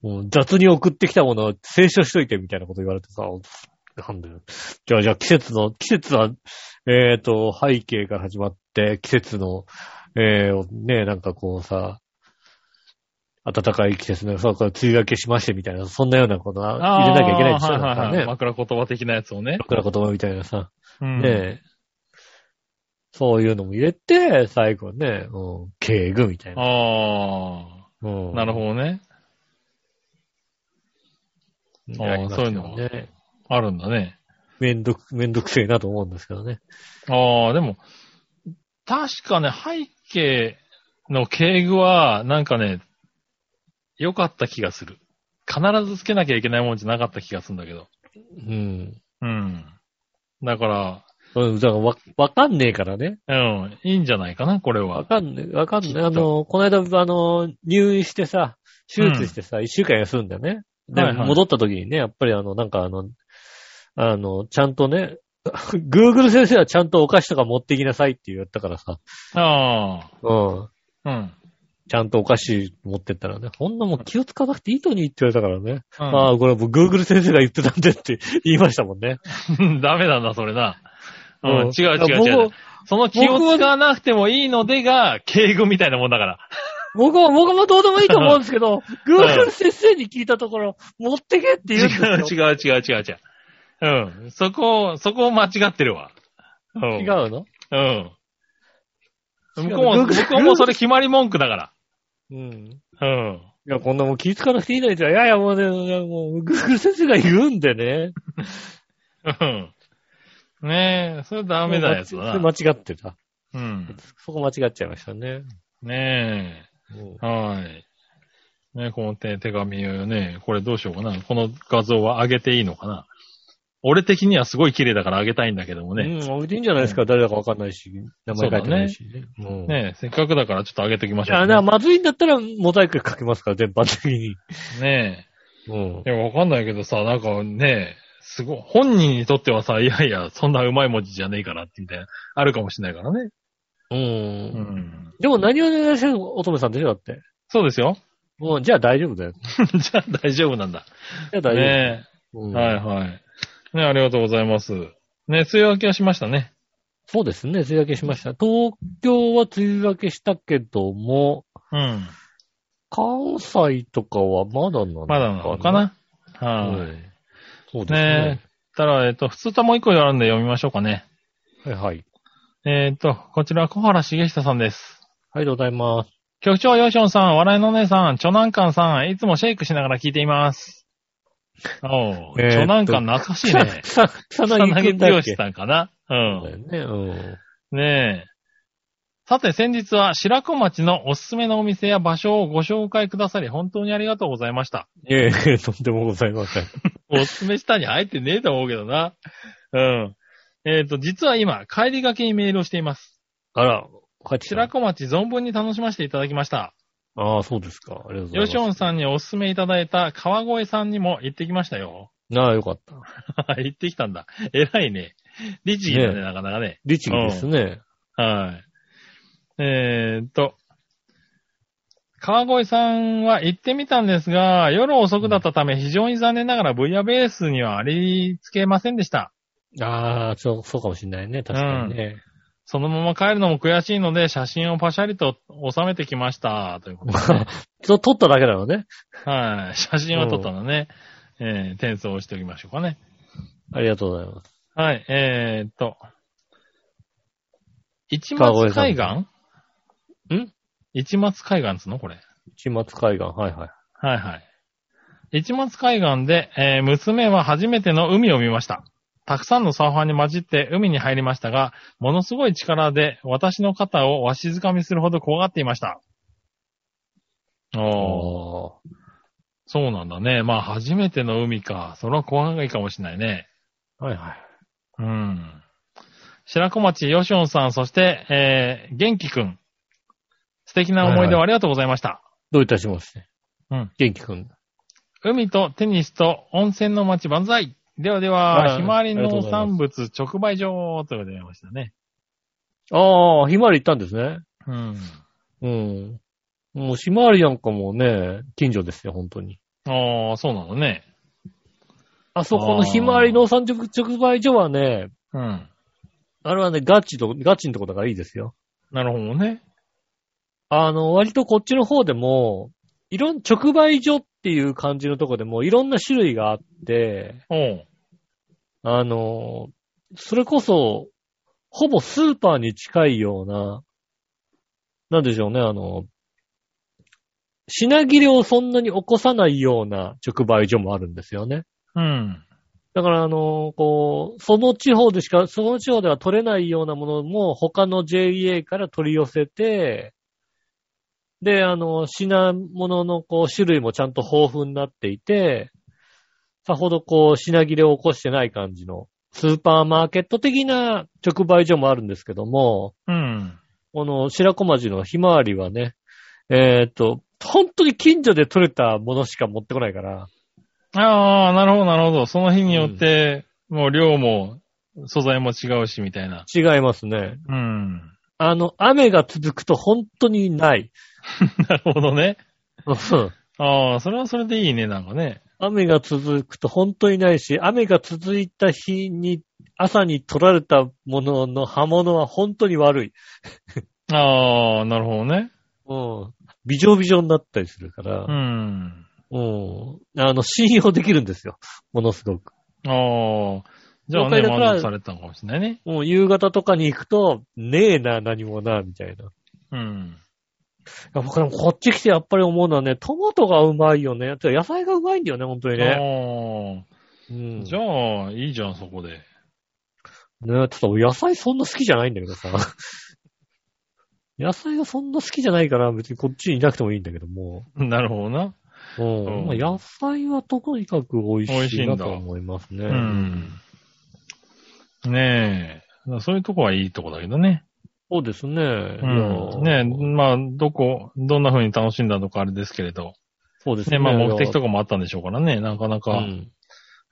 B: もう雑に送ってきたものを清書しといてみたいなこと言われてさ、なんだよ。じゃあ、じゃあ季節の、季節は、えっ、と、背景から始まって、季節の、えー、ね、なんかこうさ、暖かい季節の、そう、これ梅雨明けしましてみたいな、そんなようなことは
C: ああ
B: 入れなきゃいけないでしょ、
C: は
B: だ
C: い
B: か
C: はい
B: ら
C: はい。
B: ね。
C: 枕言葉的なやつをね。
B: 僕ら言葉みたいなさ、
C: うん
B: ねえ、そういうのも入れて、最後ね、うん、敬具みたいな。
C: あ
B: う
C: あ、
B: ん、
C: なるほどね。
B: ど
C: ああそういうのも
B: ね。
C: あるんだね。
B: めんどく、めんどくせえなと思うんですけどね。
C: ああ、でも、確かね、背景の敬具は、なんかね、良かった気がする。必ずつけなきゃいけないもんじゃなかった気がするんだけど。
B: うん。
C: うん。だか
B: うんだからわ、わかんねえからね。
C: ら、うん、いいんじゃないかな、これ
B: わ
C: は。
B: かんねえ、わかんね
C: きっ
B: え。
C: と
B: あの、この間、あの、入院してさ、手術してさ、一、週間休んだよね。で、
C: はいはい
B: 戻った時にね、やっぱりあの、なんかあの、あの、ちゃんとね、Google 先生はちゃんとお菓子とか持ってきなさいって言ったからさ、
C: あ
B: うん。
C: あ、うん。
B: ちゃんとお菓子持ってったらね、ほんなもう気を使わなくていいのにって言われたからね。
C: うん
B: ああ、これもう Google 先生が言ってたんでって言いましたもんね。
C: ダメなんだ、 それな。うん、
B: うん
C: 違う違う
B: 僕
C: 違う
B: も。
C: その気を使わなくてもいいのでが、敬語みたいなもんだから。
B: 僕も、僕もどうでもいいと 思うんですけど、
C: う
B: Google 先生に聞いたところ、持ってけって言
C: 違
B: う
C: うん
B: ですよ。
C: 違う違う違う違う。うん。そこ、そこを間違ってるわ。うん。
B: 違うの
C: うん。
B: 違う
C: 向こうも、
B: Google-
C: 向こうもそれ決まり文句だか
B: うん。
C: ら。うん。
B: いや、こんなもん気ぃつかなくていいのにって、いやいや、もうね、もう、Google 先生が言うんでね。
C: うん。ねえ、それダメなやつだ
B: 間
C: な。
B: 違ってた。
C: うん。
B: そこ間違っちゃいましたね。
C: ね
B: うん
C: え、はい。ねこの手手紙をね、これどうしようかな。この画像は上げていいのかな。俺的にはすごい綺麗だから上げたいんだけどもね。
B: うん、置いていいんじゃないですか。誰だかわかんないし、名前書いてないしね。うん
C: ねえ、せっかくだからちょっと上げておきま
B: い
C: しょ
B: や、
C: う、
B: だから
C: ね。
B: まずいんだったら、モザイクかけますから、全般的に。
C: ね
B: うん。
C: え。いや、わかんないけどさ、なんかねえ、すごい、本人にとってはさ、いやいや、そんなうまい文字じゃねえからって、みたいな、あるかもしれないからね。
B: う。
C: うんん。
B: でも何を願いしてる乙女さんでしょだって。
C: そうですよ。
B: もう、じゃあ大丈夫だよ。
C: じゃあ大丈夫なんだ。
B: じゃあ大丈夫。
C: ね
B: う
C: え。
B: ん
C: はいはい。ねえありがとうございます。ねえ、梅雨明けはしましたね。
B: そうですね、梅雨明けしました。東京は梅雨明けしたけども、
C: うん。
B: 関西とかはまだなのか
C: ま
B: な
C: だなのかなはい、
B: はい。そうです
C: ね
B: ね。
C: え。たら、えっ、と、普通ともう一個あるんで読みましょうかね。
B: はいはい。
C: えっ、と、こちら、小原茂久さんです。
B: ありがとうございます。
C: 局長、ヨションさん、笑いのお姉さん、チョナンカンさん、いつもシェイクしながら聞いています。おう、
B: えーっと。
C: チョナンカン懐かしいね
B: さ、草
C: 草
B: 薙く
C: 薙
B: んだ
C: 剛
B: っけ
C: さんかな。う。
B: そうんだよね。うん。
C: ねえ。さて、先日は白子町のおすすめのお店や場所をご紹介くださり、本当にありがとうございました。
B: いえいえ、とんでもございません。
C: おすすめしたに入ってねえと思うけどな。うん。えっ、と、実は今、帰りがけにメールをしています。
B: あら、こち
C: 白
B: ら。
C: 子町存分に楽しませていただきました。
B: ああ、そうですか。ありがとうございます。
C: ヨシオンさんにお勧めいただいた川越さんにも行ってきましたよ。
B: ああ、よかった。
C: 行ってきたんだ。偉いね。律儀だね、
B: ね
C: なかなかね。
B: 律儀ですね。
C: はい。えーっと。川越さんは行ってみたんですが、夜遅くだったため非常に残念ながらブイヤベースにはありつけませんでした。
B: ああ、そう、そうかもしんないね。確かにね。
C: そのまま帰るのも悔しいので、写真をパシャリと収めてきました。ということで ね
B: そう、撮っただけなのね。
C: はい。写真を撮ったのね。えー、転送しておきましょうかね。
B: ありがとうございます。
C: はい、えー、っと。一
B: 川
C: 松
B: 越さ
C: 海
B: ん
C: 岸
B: ん
C: 一松海岸っつうのこれ。
B: 市松海岸、はいはい。
C: はいはい。一松海岸で、えー娘は初めての海を見ました。たくさんのサーファーに混じって海に入りましたが、ものすごい力で私の肩をわしづかみするほど怖がっていました。おー。
B: あ
C: そうなんだね。まあ、初めての海か。それは怖いかもしれないね。
B: あ、はいはい。
C: うん。白子町よしおんさん、そして、えー、元気くん。素敵な思い出をありがとうございました。
B: どういたしまして。
C: うん。
B: 元気くん。
C: 海とテニスと温泉の町万歳。ではで
B: は
C: は、
B: い
C: ひまわり
B: ありがとうご
C: 農
B: ざい
C: 産物直売所ということでやりましたね。
B: ああ、ひまわり行ったんですね。
C: うん。
B: うん。もうひまわりなんかもね、近所ですよ、本当に。
C: ああ、そうなのね。
B: あそこのひまわり農産直直売所はね、
C: うん。
B: あれはね、ガチと、ガチのとこだからいいですよ。
C: なるほどね。
B: あの、割とこっちの方でも、いろん、直売所っていう感じのとこでも、いろんな種類があって、
C: おう。
B: あの、それこそ、ほぼスーパーに近いような、なんでしょうね、あの、品切れをそんなに起こさないような直売所もあるんですよね。
C: うん。
B: だから、あの、こう、その地方でしか、その地方では取れないようなものも、他の JA から取り寄せて、で、あの、品物の、こう、種類もちゃんと豊富になっていて、さほど、こう、品切れを起こしてない感じの、スーパーマーケット的な直売所もあるんですけども、
C: うん。
B: この白子町のひまわりはね、えーっと、本当に近所で取れたものしか持ってこないから、
C: ああ、なるほど、なるほど。その日によって、もう量も、素材も違うし、みたいな。
B: 違いますね。
C: うん。
B: あの、雨が続くと本当に ない。
C: なるほどね。
B: うん
C: ああ、それはそれでいいね、なんかね。
B: 雨が続くと本当にないし、雨が続いた日に、朝に取られたものの刃物は本当に悪い。
C: ああ、なるほどね。
B: うん。びじょびじょになったりするか
C: う
B: ら、
C: ん。
B: うん。あの、信用できるんですよ。ものすごく。
C: ああ、じゃあ
B: 了解
C: ね、
B: だから
C: 満足されたのかもしれないね。
B: もう夕方とかに行くと、ねえな、何もな、みたいな。
C: うん。
B: やっぱこっち来てやっぱり思うのはね、トマトがうまいよね。てか野菜がうまいんだよね、本当にね。
C: ね、
B: う
C: ああ、
B: ん。
C: じゃあ、いいじゃん、そこで。
B: ねえ、ちょっと俺野菜そんな好きじゃないんだけどさ。 野菜がそんな好きじゃないから別にこっちにいなくてもいいんだけども。
C: なるほどな。
B: うん
C: うん
B: まあ、野菜はとにかく美味しいなと思いますね。
C: うん。ねえ。そういうとこはいいとこだけどね。
B: そうですね。
C: うん。
B: いや
C: ねえ、まあ、どこ、どんな風に楽しんだのかあれですけれど。
B: そうですね。
C: ねまあ、目的
B: か
C: とかもあったんでしょうからね。なかなか。
B: うん。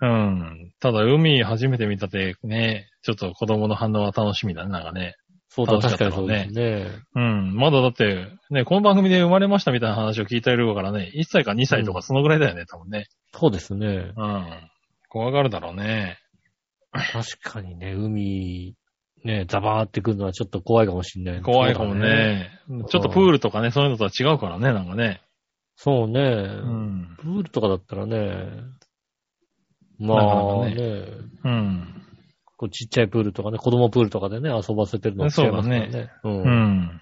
C: うん。ただ、海初めて見たて、ね、ちょっと子供の反応は楽しみだね、なんかね。
B: そうだ、
C: 楽しか
B: 確
C: った
B: か
C: ろ
B: にそうう
C: ね
B: ですね。
C: うん。まだだって、ね、この番組で生まれましたみたいな話を聞いてるからね、1歳か2歳とかそのぐらいだよね、多分ね。
B: そうですね。
C: うん。怖がるだろうね。
B: 確かにね、海、ねね、ザバーってくるのはちょっと怖いかもしんない、
C: 怖いかもね。ちょっとプールとかね、そういうのとは違うからね、なんかね。
B: そうだね。
C: う
B: そうね。
C: ん。
B: プールとかだったらね、ま
C: なかな
B: あ
C: かね
B: ね、
C: うん。
B: こうちっちゃいプールとかね、子供プールとかでね、遊ばせてるの違いますからね。う。
C: うんん。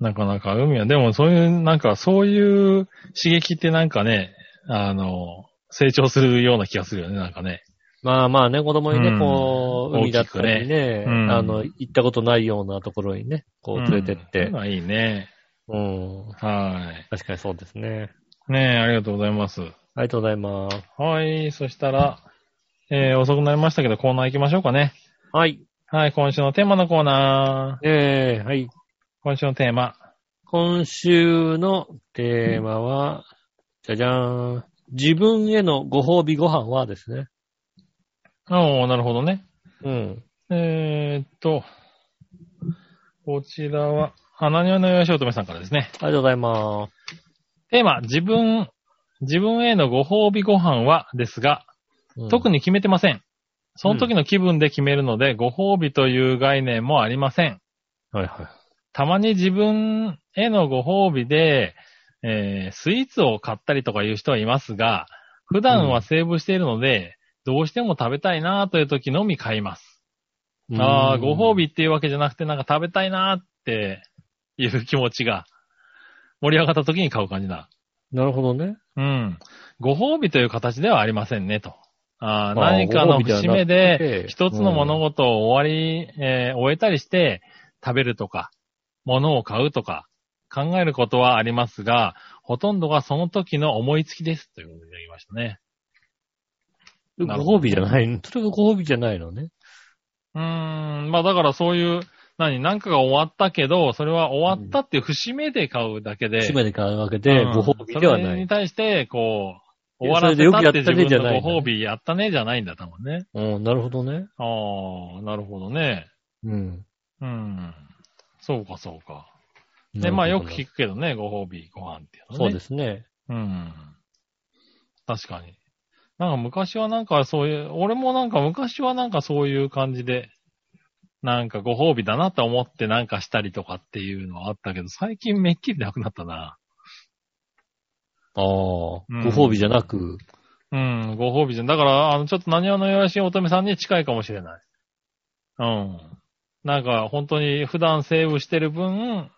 C: なかなか海は、でもそういう、なんかそういう刺激ってなんかね、あの、成長するような気がするよね、なんかね。
B: まあまあね、子供に
C: う
B: ね、
C: ん
B: こう、海だった
C: 大き
B: り
C: く
B: ね、
C: うん
B: あの、行ったことないようなところにね、こう連れてって
C: うん、まあいいね。
B: うん。
C: は
B: 確かにそうですね。
C: い。ねえ、ありがとうございます。
B: ありがとうございます。
C: はい、そしたら、えー、遅くなりましたけど、コーナー行きましょうかね。
B: はい。
C: はい、今週のテーマのコーナー。
B: えー、はい。
C: 今週のテーマ。
B: 今週のテーマは、じゃじゃーん。自分へのご褒美ご飯はですね。
C: おー、なるほどね。
B: うん。
C: えーっと、こちらは、あ、何わの吉乙女さんからですね。
B: ありがとうございます。
C: テーマ、自分、自分へのご褒美ご飯はですが、特
B: に、
C: に決めてません。その時の気分で決めるので、ご褒美という概念もありません。
B: はいはい。
C: たまに自分へのご褒美で、えースイーツを買ったりとかいう人はいますが、普段はセーブしているので、どうしても食べたいなという時のみ買います。ああ、ご褒
B: 美。
C: 美っていうわけじゃなくて、なんか食べたいなーっていう気持ちが盛り上がった時に買う感じだ。
B: なるほどね。
C: うん。ご褒美という形ではありませんね、と。ああ、
B: まあ
C: 何かの節
B: ご
C: 目
B: 褒美ではなく
C: で
B: て、
C: 一つの物事を終わり、えー終えたりして、食べるとか、物を買うとか、考えることはありますが、ほとんどがその時の思いつきです。ということでいただきましたね。なるほ
B: ご
C: ど
B: 褒美じゃない。それがご褒美じゃないのね。
C: うーん、まあだからそういう、何、なんかが終わったけど、それは終わったっていう節目で買うだけで。
B: 締めで買うわけで、
C: うん
B: ご褒美では
C: そ
B: な
C: れに
B: い。
C: 対して、こう、
B: い
C: 終
B: や
C: わらせたって
B: そ
C: 自
B: れでよくやったねじゃ
C: 分
B: ない
C: のご褒美やったねじゃないんだ、多分ね。
B: うん、なるほどね。
C: ああ、なるほどね。
B: うん。
C: うん。そうか、そうか。で、まあよく聞くけどね、ご褒美、ご飯っていうのね。
B: そうですね。
C: うん。確かに。なんか昔はなんかそういう、俺もなんか昔はなんかそういう感じで、なんかご褒美だなと思ってなんかしたりとかっていうのはあったけど、最近めっきりなくなったな。
B: ああ、ご
C: うん
B: 褒美じゃなく、
C: うん、ご褒美じゃん。だから、あの、ちょっと何話のよらしい乙女さんに近いかもしれない。うん。なんか、本当に普段セーブしてる分、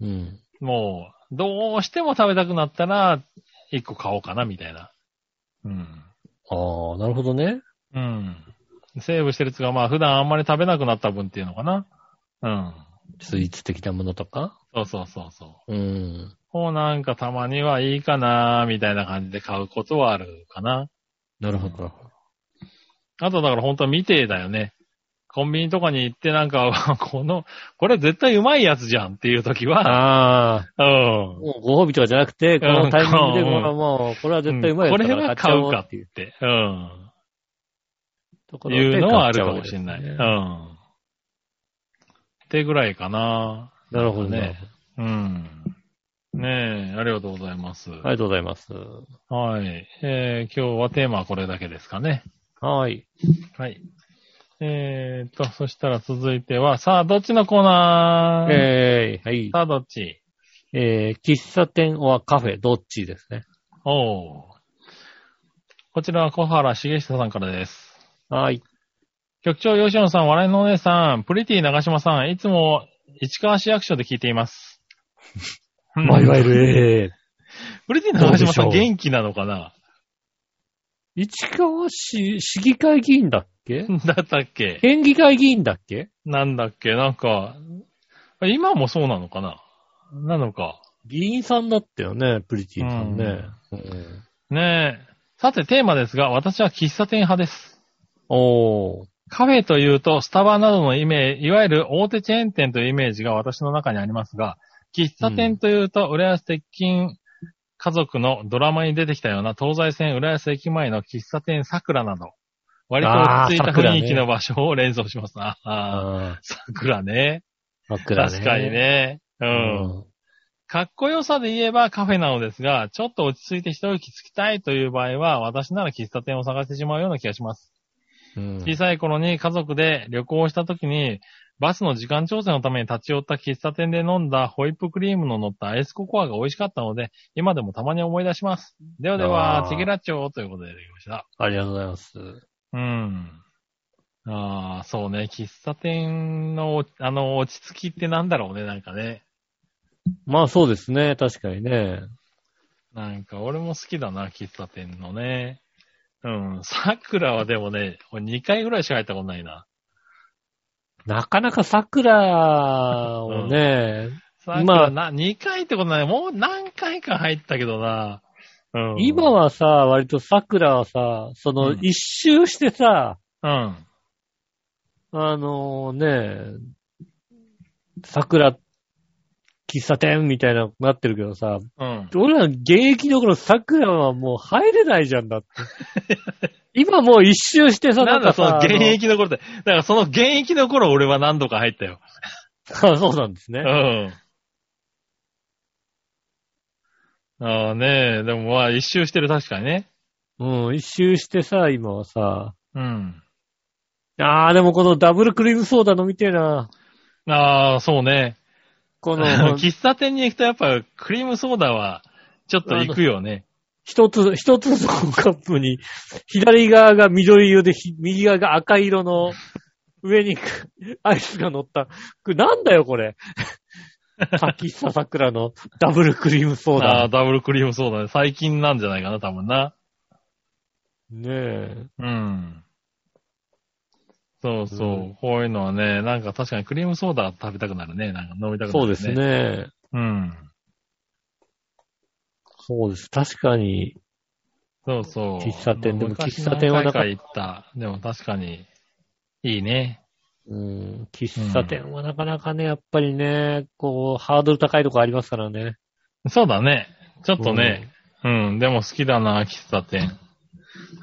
B: うん。
C: もう、どうしても食べたくなったら、一個買おうかな、みたいな。うん。
B: ああ、なるほどね。
C: うん。セーブしてるやつが、まあ普段あんまり食べなくなった分っていうのかな。うん。
B: スイーツ的なものとか。
C: そうそうそうそう。
B: うん。
C: こうなんかたまにはいいかなみたいな感じで買うことはあるかな。
B: なるほど。
C: あとだから本当見てだよね。コンビニとかに行ってなんか、 この、これ絶対うまいやつじゃんっていう時は、
B: ああ、
C: うん。
B: もうご褒美とかじゃなくて、このタイミングで、
C: うん
B: このもう、これは絶対うまいや
C: こ
B: つだ
C: れ
B: ら
C: は買う
B: っちゃお
C: かって
B: い
C: 言って。うん。
B: ところで
C: いうのはあるかもしれない。
B: 買っ
C: う。
B: ちゃうん
C: ってぐらいかな。
B: なるほど
C: ね
B: ね。
C: うん。ねえ、ありがとうございます。
B: ありがとうございます。
C: はい。えー、今日はテーマはこれだけですかね。
B: はい。
C: はい。えーっと、そしたら続いては、さあ、どっちのコーナー、
B: えー、はい。
C: さあ、どっち
B: えー、喫茶店はカフェ、どっちですね。
C: おうこちらは小原茂久さんからです。
B: はい。
C: 局長吉野さん、笑いのお姉さん、プリティ長島さん、いつも市川市役所で聞いています。
B: まあ、いわゆる、えー、
C: プリティ長島さ
B: ど
C: ん
B: うでしょう
C: 元気なのかな
B: 市川市、市議会議員だっけ
C: だったっけ
B: 県議会議員だっけ
C: なんだっけなんか、今もそうなのかななのか。
B: 議員さんだったよね、プリティさんね。うん
C: ねえ。さて、テーマですが、私は喫茶店派です。
B: おー。
C: カフェというと、スタバなどのイメージ、いわゆる大手チェーン店というイメージが私の中にありますが、喫茶店というと、浦安鉄筋家族のドラマに出てきたような、東西線浦安駅前の喫茶店桜など、割と落ち着いた
B: あー桜
C: 雰
B: ね
C: 囲気の場所を連想します。ああー、
B: あ
C: 桜ね。
B: ー、桜ね。
C: 確かに。ね。うん
B: う
C: かっこよさで言えばカフェなのですが、ちょっと落ち着いて一息つきたいという場合は、私なら喫茶店を探してしまうような気がします。
B: ん。うん
C: 小さい頃に家族で旅行をした時に、バスの時間調整のために立ち寄った喫茶店で飲んだホイップクリームの乗ったアイスココアが美味しかったので、今でもたまに思い出します。ではで
B: あ
C: は、
B: ー
C: チゲラッチョということでできました。
B: ありがとうございます。
C: うん。ああ、そうね。喫茶店の、あの、落ち着きってなんだろうね、なんかね。
B: まあそうですね、確かにね。
C: なんか、俺も好きだな、喫茶店のね。うん。桜はでもね、2回ぐらいしか入ったことないな。
B: なかなか桜をね、
C: さっき
B: ま
C: は
B: あ
C: な、2回ってことない。もう何回か入ったけどな。うん。
B: 今はさ、割と桜はさ、その
C: うん
B: 一周してさ、
C: うん。
B: あのね、桜、喫茶店みたいな、なってるけどさ、
C: うん。
B: 俺ら現役の頃桜はもう入れないじゃんだって。 今もう一周してさ、
C: なんだその
B: さ
C: 現役の頃って。だからその現役の頃俺は何度か入ったよ。
B: あの そうなんです
C: う
B: ね。
C: ん。ああねえ、でもまあ一周してる確かにね。
B: うん、一周してさ、今はさ、
C: うん。
B: あーでもこのダブルクリームソーダ飲みてえな。
C: ああ、そうね。
B: こ の、
C: 喫茶店に行くとやっぱクリームソーダはちょっと行くよね。
B: 一つ、一つのカップに、左側が緑色で、ひ右側が赤色の、上にアイスが乗った。これなんだよ、これ。柿久桜のダブルクリームソー
C: ああ、
B: ダ。
C: ダブルクリームソーダね。最近なんじゃないかな、多分な。
B: ねえ。
C: うん。そうそう、
B: うん
C: こういうのはね、なんか確かにクリームソーダ食べたくなるね。なんか飲みたくなるね。
B: そうです。ね。
C: うん。
B: そうです。確かに、
C: そうそう。
B: 喫茶店でも
C: 昔
B: 喫茶店はなかっ
C: 何回か行った。でも確かに、いいね。
B: うん、喫茶店はなかなかね、やっぱりね、こう、ハードル高いとこありますからね。
C: そうだね。ちょっとね。うん、でも好きだな、喫茶店。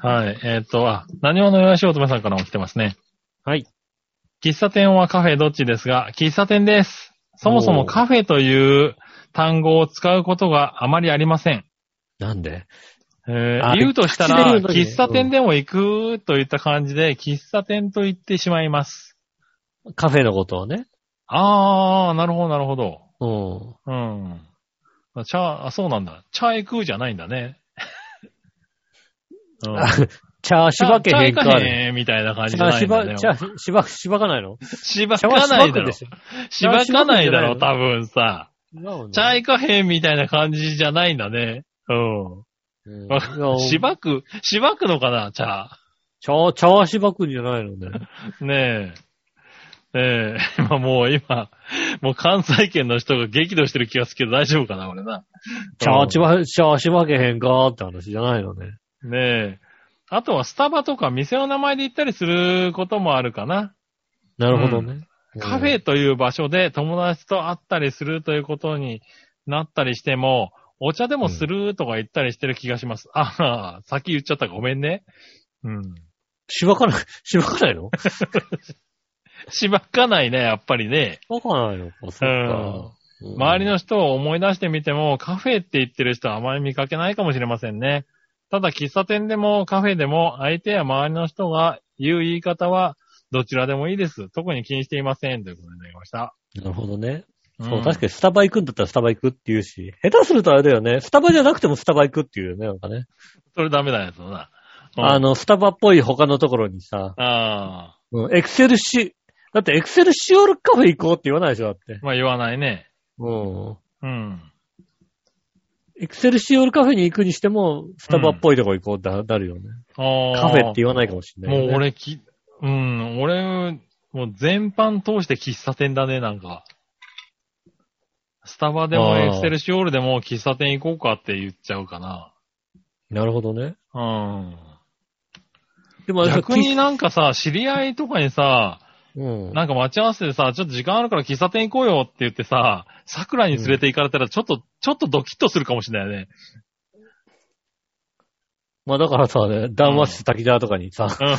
C: はい。えっ、と、あ、何者よしおとめさんからも来てますね。
B: はい。
C: 喫茶店はカフェどっちですが、喫茶店です。そもそもカフェという単語を使うことがあまりありません。
B: なんで
C: えー
B: あ
C: 言うとした
B: 口で
C: ら、
B: 言うのにね
C: 喫茶店でも行くといった感じで、喫茶店と言ってしまいます。
B: カフェのことをね。
C: あー、なるほど、なるほど。
B: うん。
C: うん。チャー、あ、そうなんだ。チャー行くじゃないんだ ね。うん
B: あチャーしばけへんか
C: チャー行か
B: ね。
C: へんみたいな感じ
B: チ
C: じゃ
B: ャー
C: ない
B: し
C: んだ
B: ば、
C: ね。
B: チャーしば、しばかないの
C: しばかないだろ。
B: チ
C: し
B: ャ
C: ばかないだ
B: チャーしばく
C: ろ、
B: んじゃ
C: 多分さ。
B: ょ
C: チャー行かへんみたいな感じじゃないんだね。う
B: うん
C: わ
B: いや
C: ん。しばく、しばくのかな、チャー。
B: チャー、チャーしばくんじゃないのね。
C: ねえ。ねえ。 今もう今、もう関西圏の人が激怒してる気がするけど大丈夫かな、俺な。
B: チャーし
C: ば。
B: ば、チャーしばけへんかって話じゃないのね。
C: ねえ。あとはスタバとか店の名前で行ったりすることもあるかな。
B: なるほどね。
C: カフェという場所で友達と会ったりするということになったりしても、お茶でもするとか言ったりしてる気がします。ああ、先言っちゃったごめんね。うん。
B: しばかない、 しばかないのし
C: しばかないね、やっぱりね。
B: ばかないのか、そっか。うん
C: 周りの人を思い出してみても、カフェって言ってる人はあまり見かけないかもしれませんね。ただ、喫茶店でもカフェでも、相手や周りの人が言う言い方は、どちらでもいいです。特に気にしていません。ということでいただきました。
B: なるほどね。そう、
C: ん
B: 確かにスタバ行くんだったらスタバ行くって言うし、下手するとあれだよね、スタバじゃなくてもスタバ行くっていうよね、なんかね。
C: それダメだよ、そうだ。うん
B: あの、スタバっぽい他のところにさ、
C: あ
B: エクセルシ、だってエクセルシオールカフェ行こうって言わないでしょ、だって。
C: ーまあ言わないね。
B: うん。
C: うん。
B: エクセルシオールカフェに行くにしても、スタバっぽいとこ行こうってなるよね。カ
C: カ
B: フェって言わないかもしれない、
C: もう。俺き、うん、俺、もう全般通して喫茶店だね、なんか。スタバでも
B: あー
C: エクセルシオールでも喫茶店行こうかって言っちゃうかな。
B: なるほどね。
C: うん。
B: でもあれさ
C: 逆になんかさ、知り合いとかにさ、
B: うん。
C: なんか待ち合わせでさ、ちょっと時間あるから喫茶店行こうよって言ってさ、桜に連れて行かれたらちょっと、ちょっとドキッとするかもしれないね。
B: まあだからさ、ね、談話室滝沢とかにさ、
C: うん。なん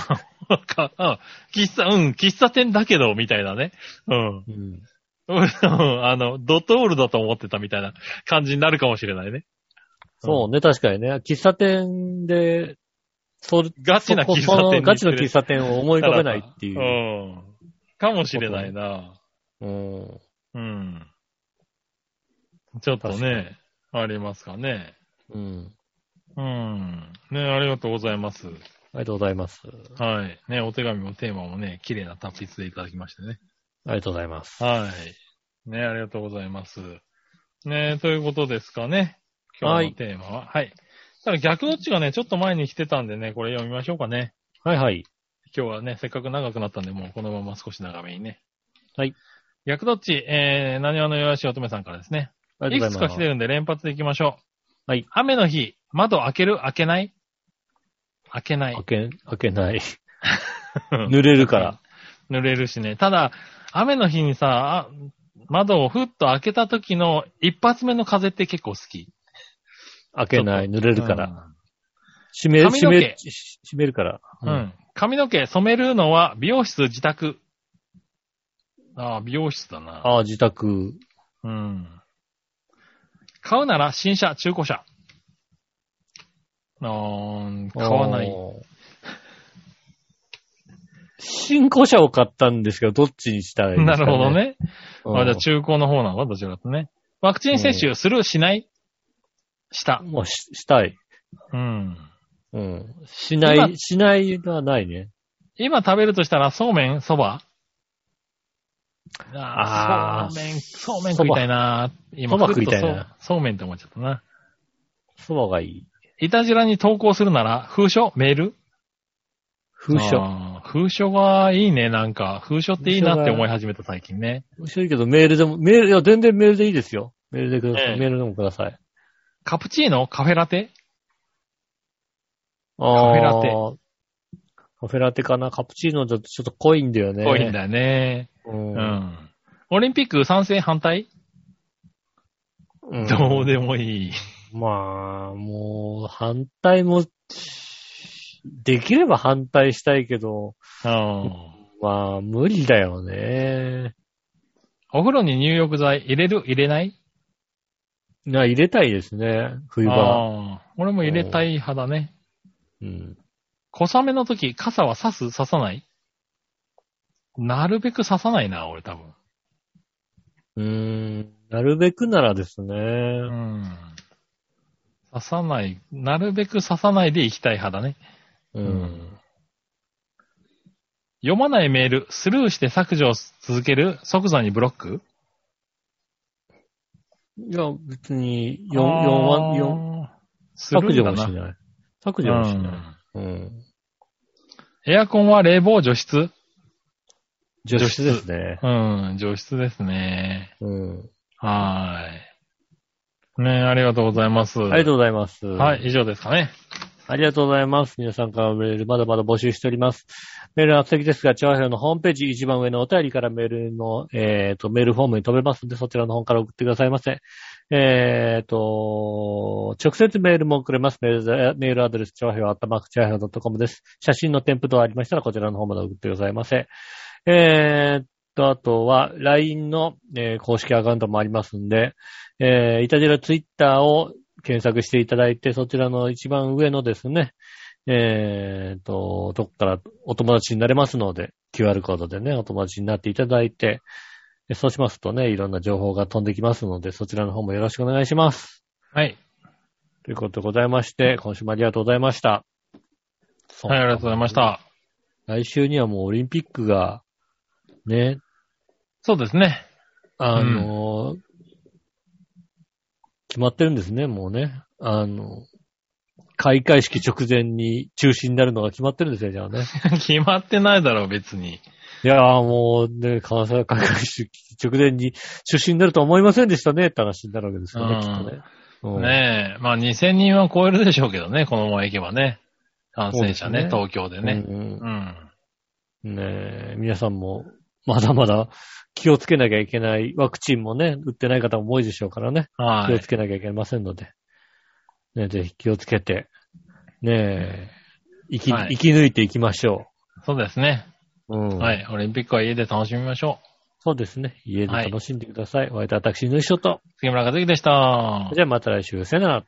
C: か、うん喫茶、うん、喫茶店だけど、みたいなね。うん。
B: うん。
C: うん あの、ドトールだと思ってたみたいな感じになるかもしれないね。
B: そうね、確かにね。喫茶店で、そ、
C: ガチな
B: そこ
C: 喫
B: そ
C: 茶
B: の
C: 店
B: ガチの喫
C: 茶
B: 茶店を思い浮かべないっていう。
C: う。ん。かもしれないな。
B: うん。
C: うん。ちょっと
B: 確か
C: ね、ありますかね。
B: うん。
C: うん。ね、ありがとうございます。
B: ありがとうございます。
C: はい。ね、お手紙もテーマもね、綺麗な達筆でいただきましてね。
B: ありがとうございます。
C: はい。ね、ありがとうございます。ね、ということですかね。今日のテーマは。はい。ただ逆どっちがね、ちょっと前に来てたんでね、これ読みましょうかね。
B: はいはい。
C: 今日はね、せっかく長くなったんで、もうこのまま少し長めにね。
B: はい。
C: 逆どっち、えー、何話のよやしおとめさんからですね。
B: あり
C: い
B: が
C: く
B: とう
C: つ
B: ございま
C: か来
B: す。
C: てるんで連発でいきましょう。
B: はい。
C: 雨の日、窓開ける開けない開 けない。
B: 開け、開けない。濡れるから。
C: 濡れるしね。ただ、雨の日にさ、あ窓をふっと開けた時の一発目の風って結構好き。
B: 開けない。濡れるから。閉め、
C: 髪
B: 閉
C: の毛
B: め、し閉めるから。
C: うん。うん。髪の毛染めるのは美容室自宅。ああ、美容室だな。
B: ああ、自宅。
C: うん。買うなら新車、中古車。あー買わない。
B: おー。新古車を買ったんですけど、どっちにしたらいいんで
C: な
B: すか、
C: るほど。ね。
B: うん
C: あじゃあ中古の方なのか、どちらかとね。ワクチン接種する、しないした。
B: もうししたい。
C: うん。
B: うん。しない、
C: 今
B: しないがないね。
C: 今食べるとしたら、そうめん、そば
B: あ
C: あ
B: ー
C: ーそうめん、そうめん食いたいな今
B: そば食いたいな
C: ふっとそうそうめんって思っちゃったな。
B: そばがいい。
C: いたじらに投稿するなら、封書メール
B: 風書。
C: あー封書がいいね、なんか。封書っていいなって思い始めた最近ね。
B: 面白いけど、メールでも、メール、いや、全然メールでいいですよ。メールでください。
C: ええ
B: メールでもください。
C: カプチーノカフェラテ
B: あ
C: フェラテ
B: ー。カフェラテかなカプチーノだとちょっと濃いんだよね。
C: 多いんだよね。
B: うん。
C: うん。オリンピック賛成反対、
B: うん
C: どうでもいい。
B: まあ、もう、反対も、できれば反対したいけど、
C: うん
B: まあ、無理だよね。
C: お風呂に入浴剤入れる入れない
B: いや、入れたいですね、冬場。
C: あー俺も入れたい派だね。
B: うん。
C: 小雨の時、傘は差す差さないなるべく差さないな、俺多分。
B: うーん、なるべくならですね。
C: うん。差さない、なるべく差さないで行きたい派だね。
B: うん。
C: ん読まないメール、スルーして削除を続ける即座にブロック
B: いや、別に、
C: あ
B: よ、
C: ー
B: よわ、よ、
C: スル
B: 削
C: ー
B: 除
C: だ
B: もし
C: な。
B: ない。削
C: う
B: 除もしない。う
C: ん
B: ん。
C: エアコンは冷房除湿
B: 除湿ですね。
C: うん、除湿ですね。
B: うん。
C: はーい。ねありがとうございます。
B: ありがとうございます。
C: はい、以上ですかね。
B: ありがとうございます。皆さんからのメール、まだまだ募集しております。メールは素敵ですが、調和表のホームページ、一番上のお便りからメールの、えっ、と、メールフォームに飛べますので、そちらの方から送ってくださいませ。えっ、と、直接メールも送れます。メールメールアドレス、調和表、あったまく調和表 .com です。写真の添付等ありましたら、こちらの方まで送ってくださいませ。えっと、あとは、LINE の、えー公式アカウントもありますんで、えー、いたじら Twitter を検索していただいて、そちらの一番上のですね、えーと、どこからお友達になれますので、QR コードでね、お友達になっていただいて、えそうしますとね、いろんな情報が飛んできますので、そちらの方もよろしくお願いします。
C: はい。
B: ということでございまして、今週もありがとうございました。
C: はい、ありがとうございまし。た。
B: 来週にはもうオリンピックが、ね、
C: そうですね。
B: あのー決まってるんですね、もうね。あの、開会式直前に中止になるのが決まってるんですよ、じゃあ ね。
C: 決まってないだろう、別に。
B: いやーもうね、関西開会式直前に中止になるとは思いませんでしたね、って話になるわけですよね、
C: うん
B: きっとね。うん
C: ねえ。まあ、2000人は超えるでしょうけどね、このまま行けばね。感染者ね、
B: そ
C: 東京でね。
B: うん
C: うん。
B: うんねえ皆さんも、まだまだ気をつけなきゃいけない、ワクチンもね、打ってない方も多いでしょうからね。
C: は
B: 気を
C: い
B: つ。けなきゃいけませんので、ね、ぜひ気をつけて、ねえ、生き、
C: は
B: 生
C: い
B: き抜いていきましょ
C: そうですね。
B: う。うん。
C: は。い。オリンピックは家で楽しみましょ
B: そうですね。家で楽しんでください。お相手は私、ぬいしょと。
C: う。杉村和樹でした
B: じ。ゃあまた来週、さよなら。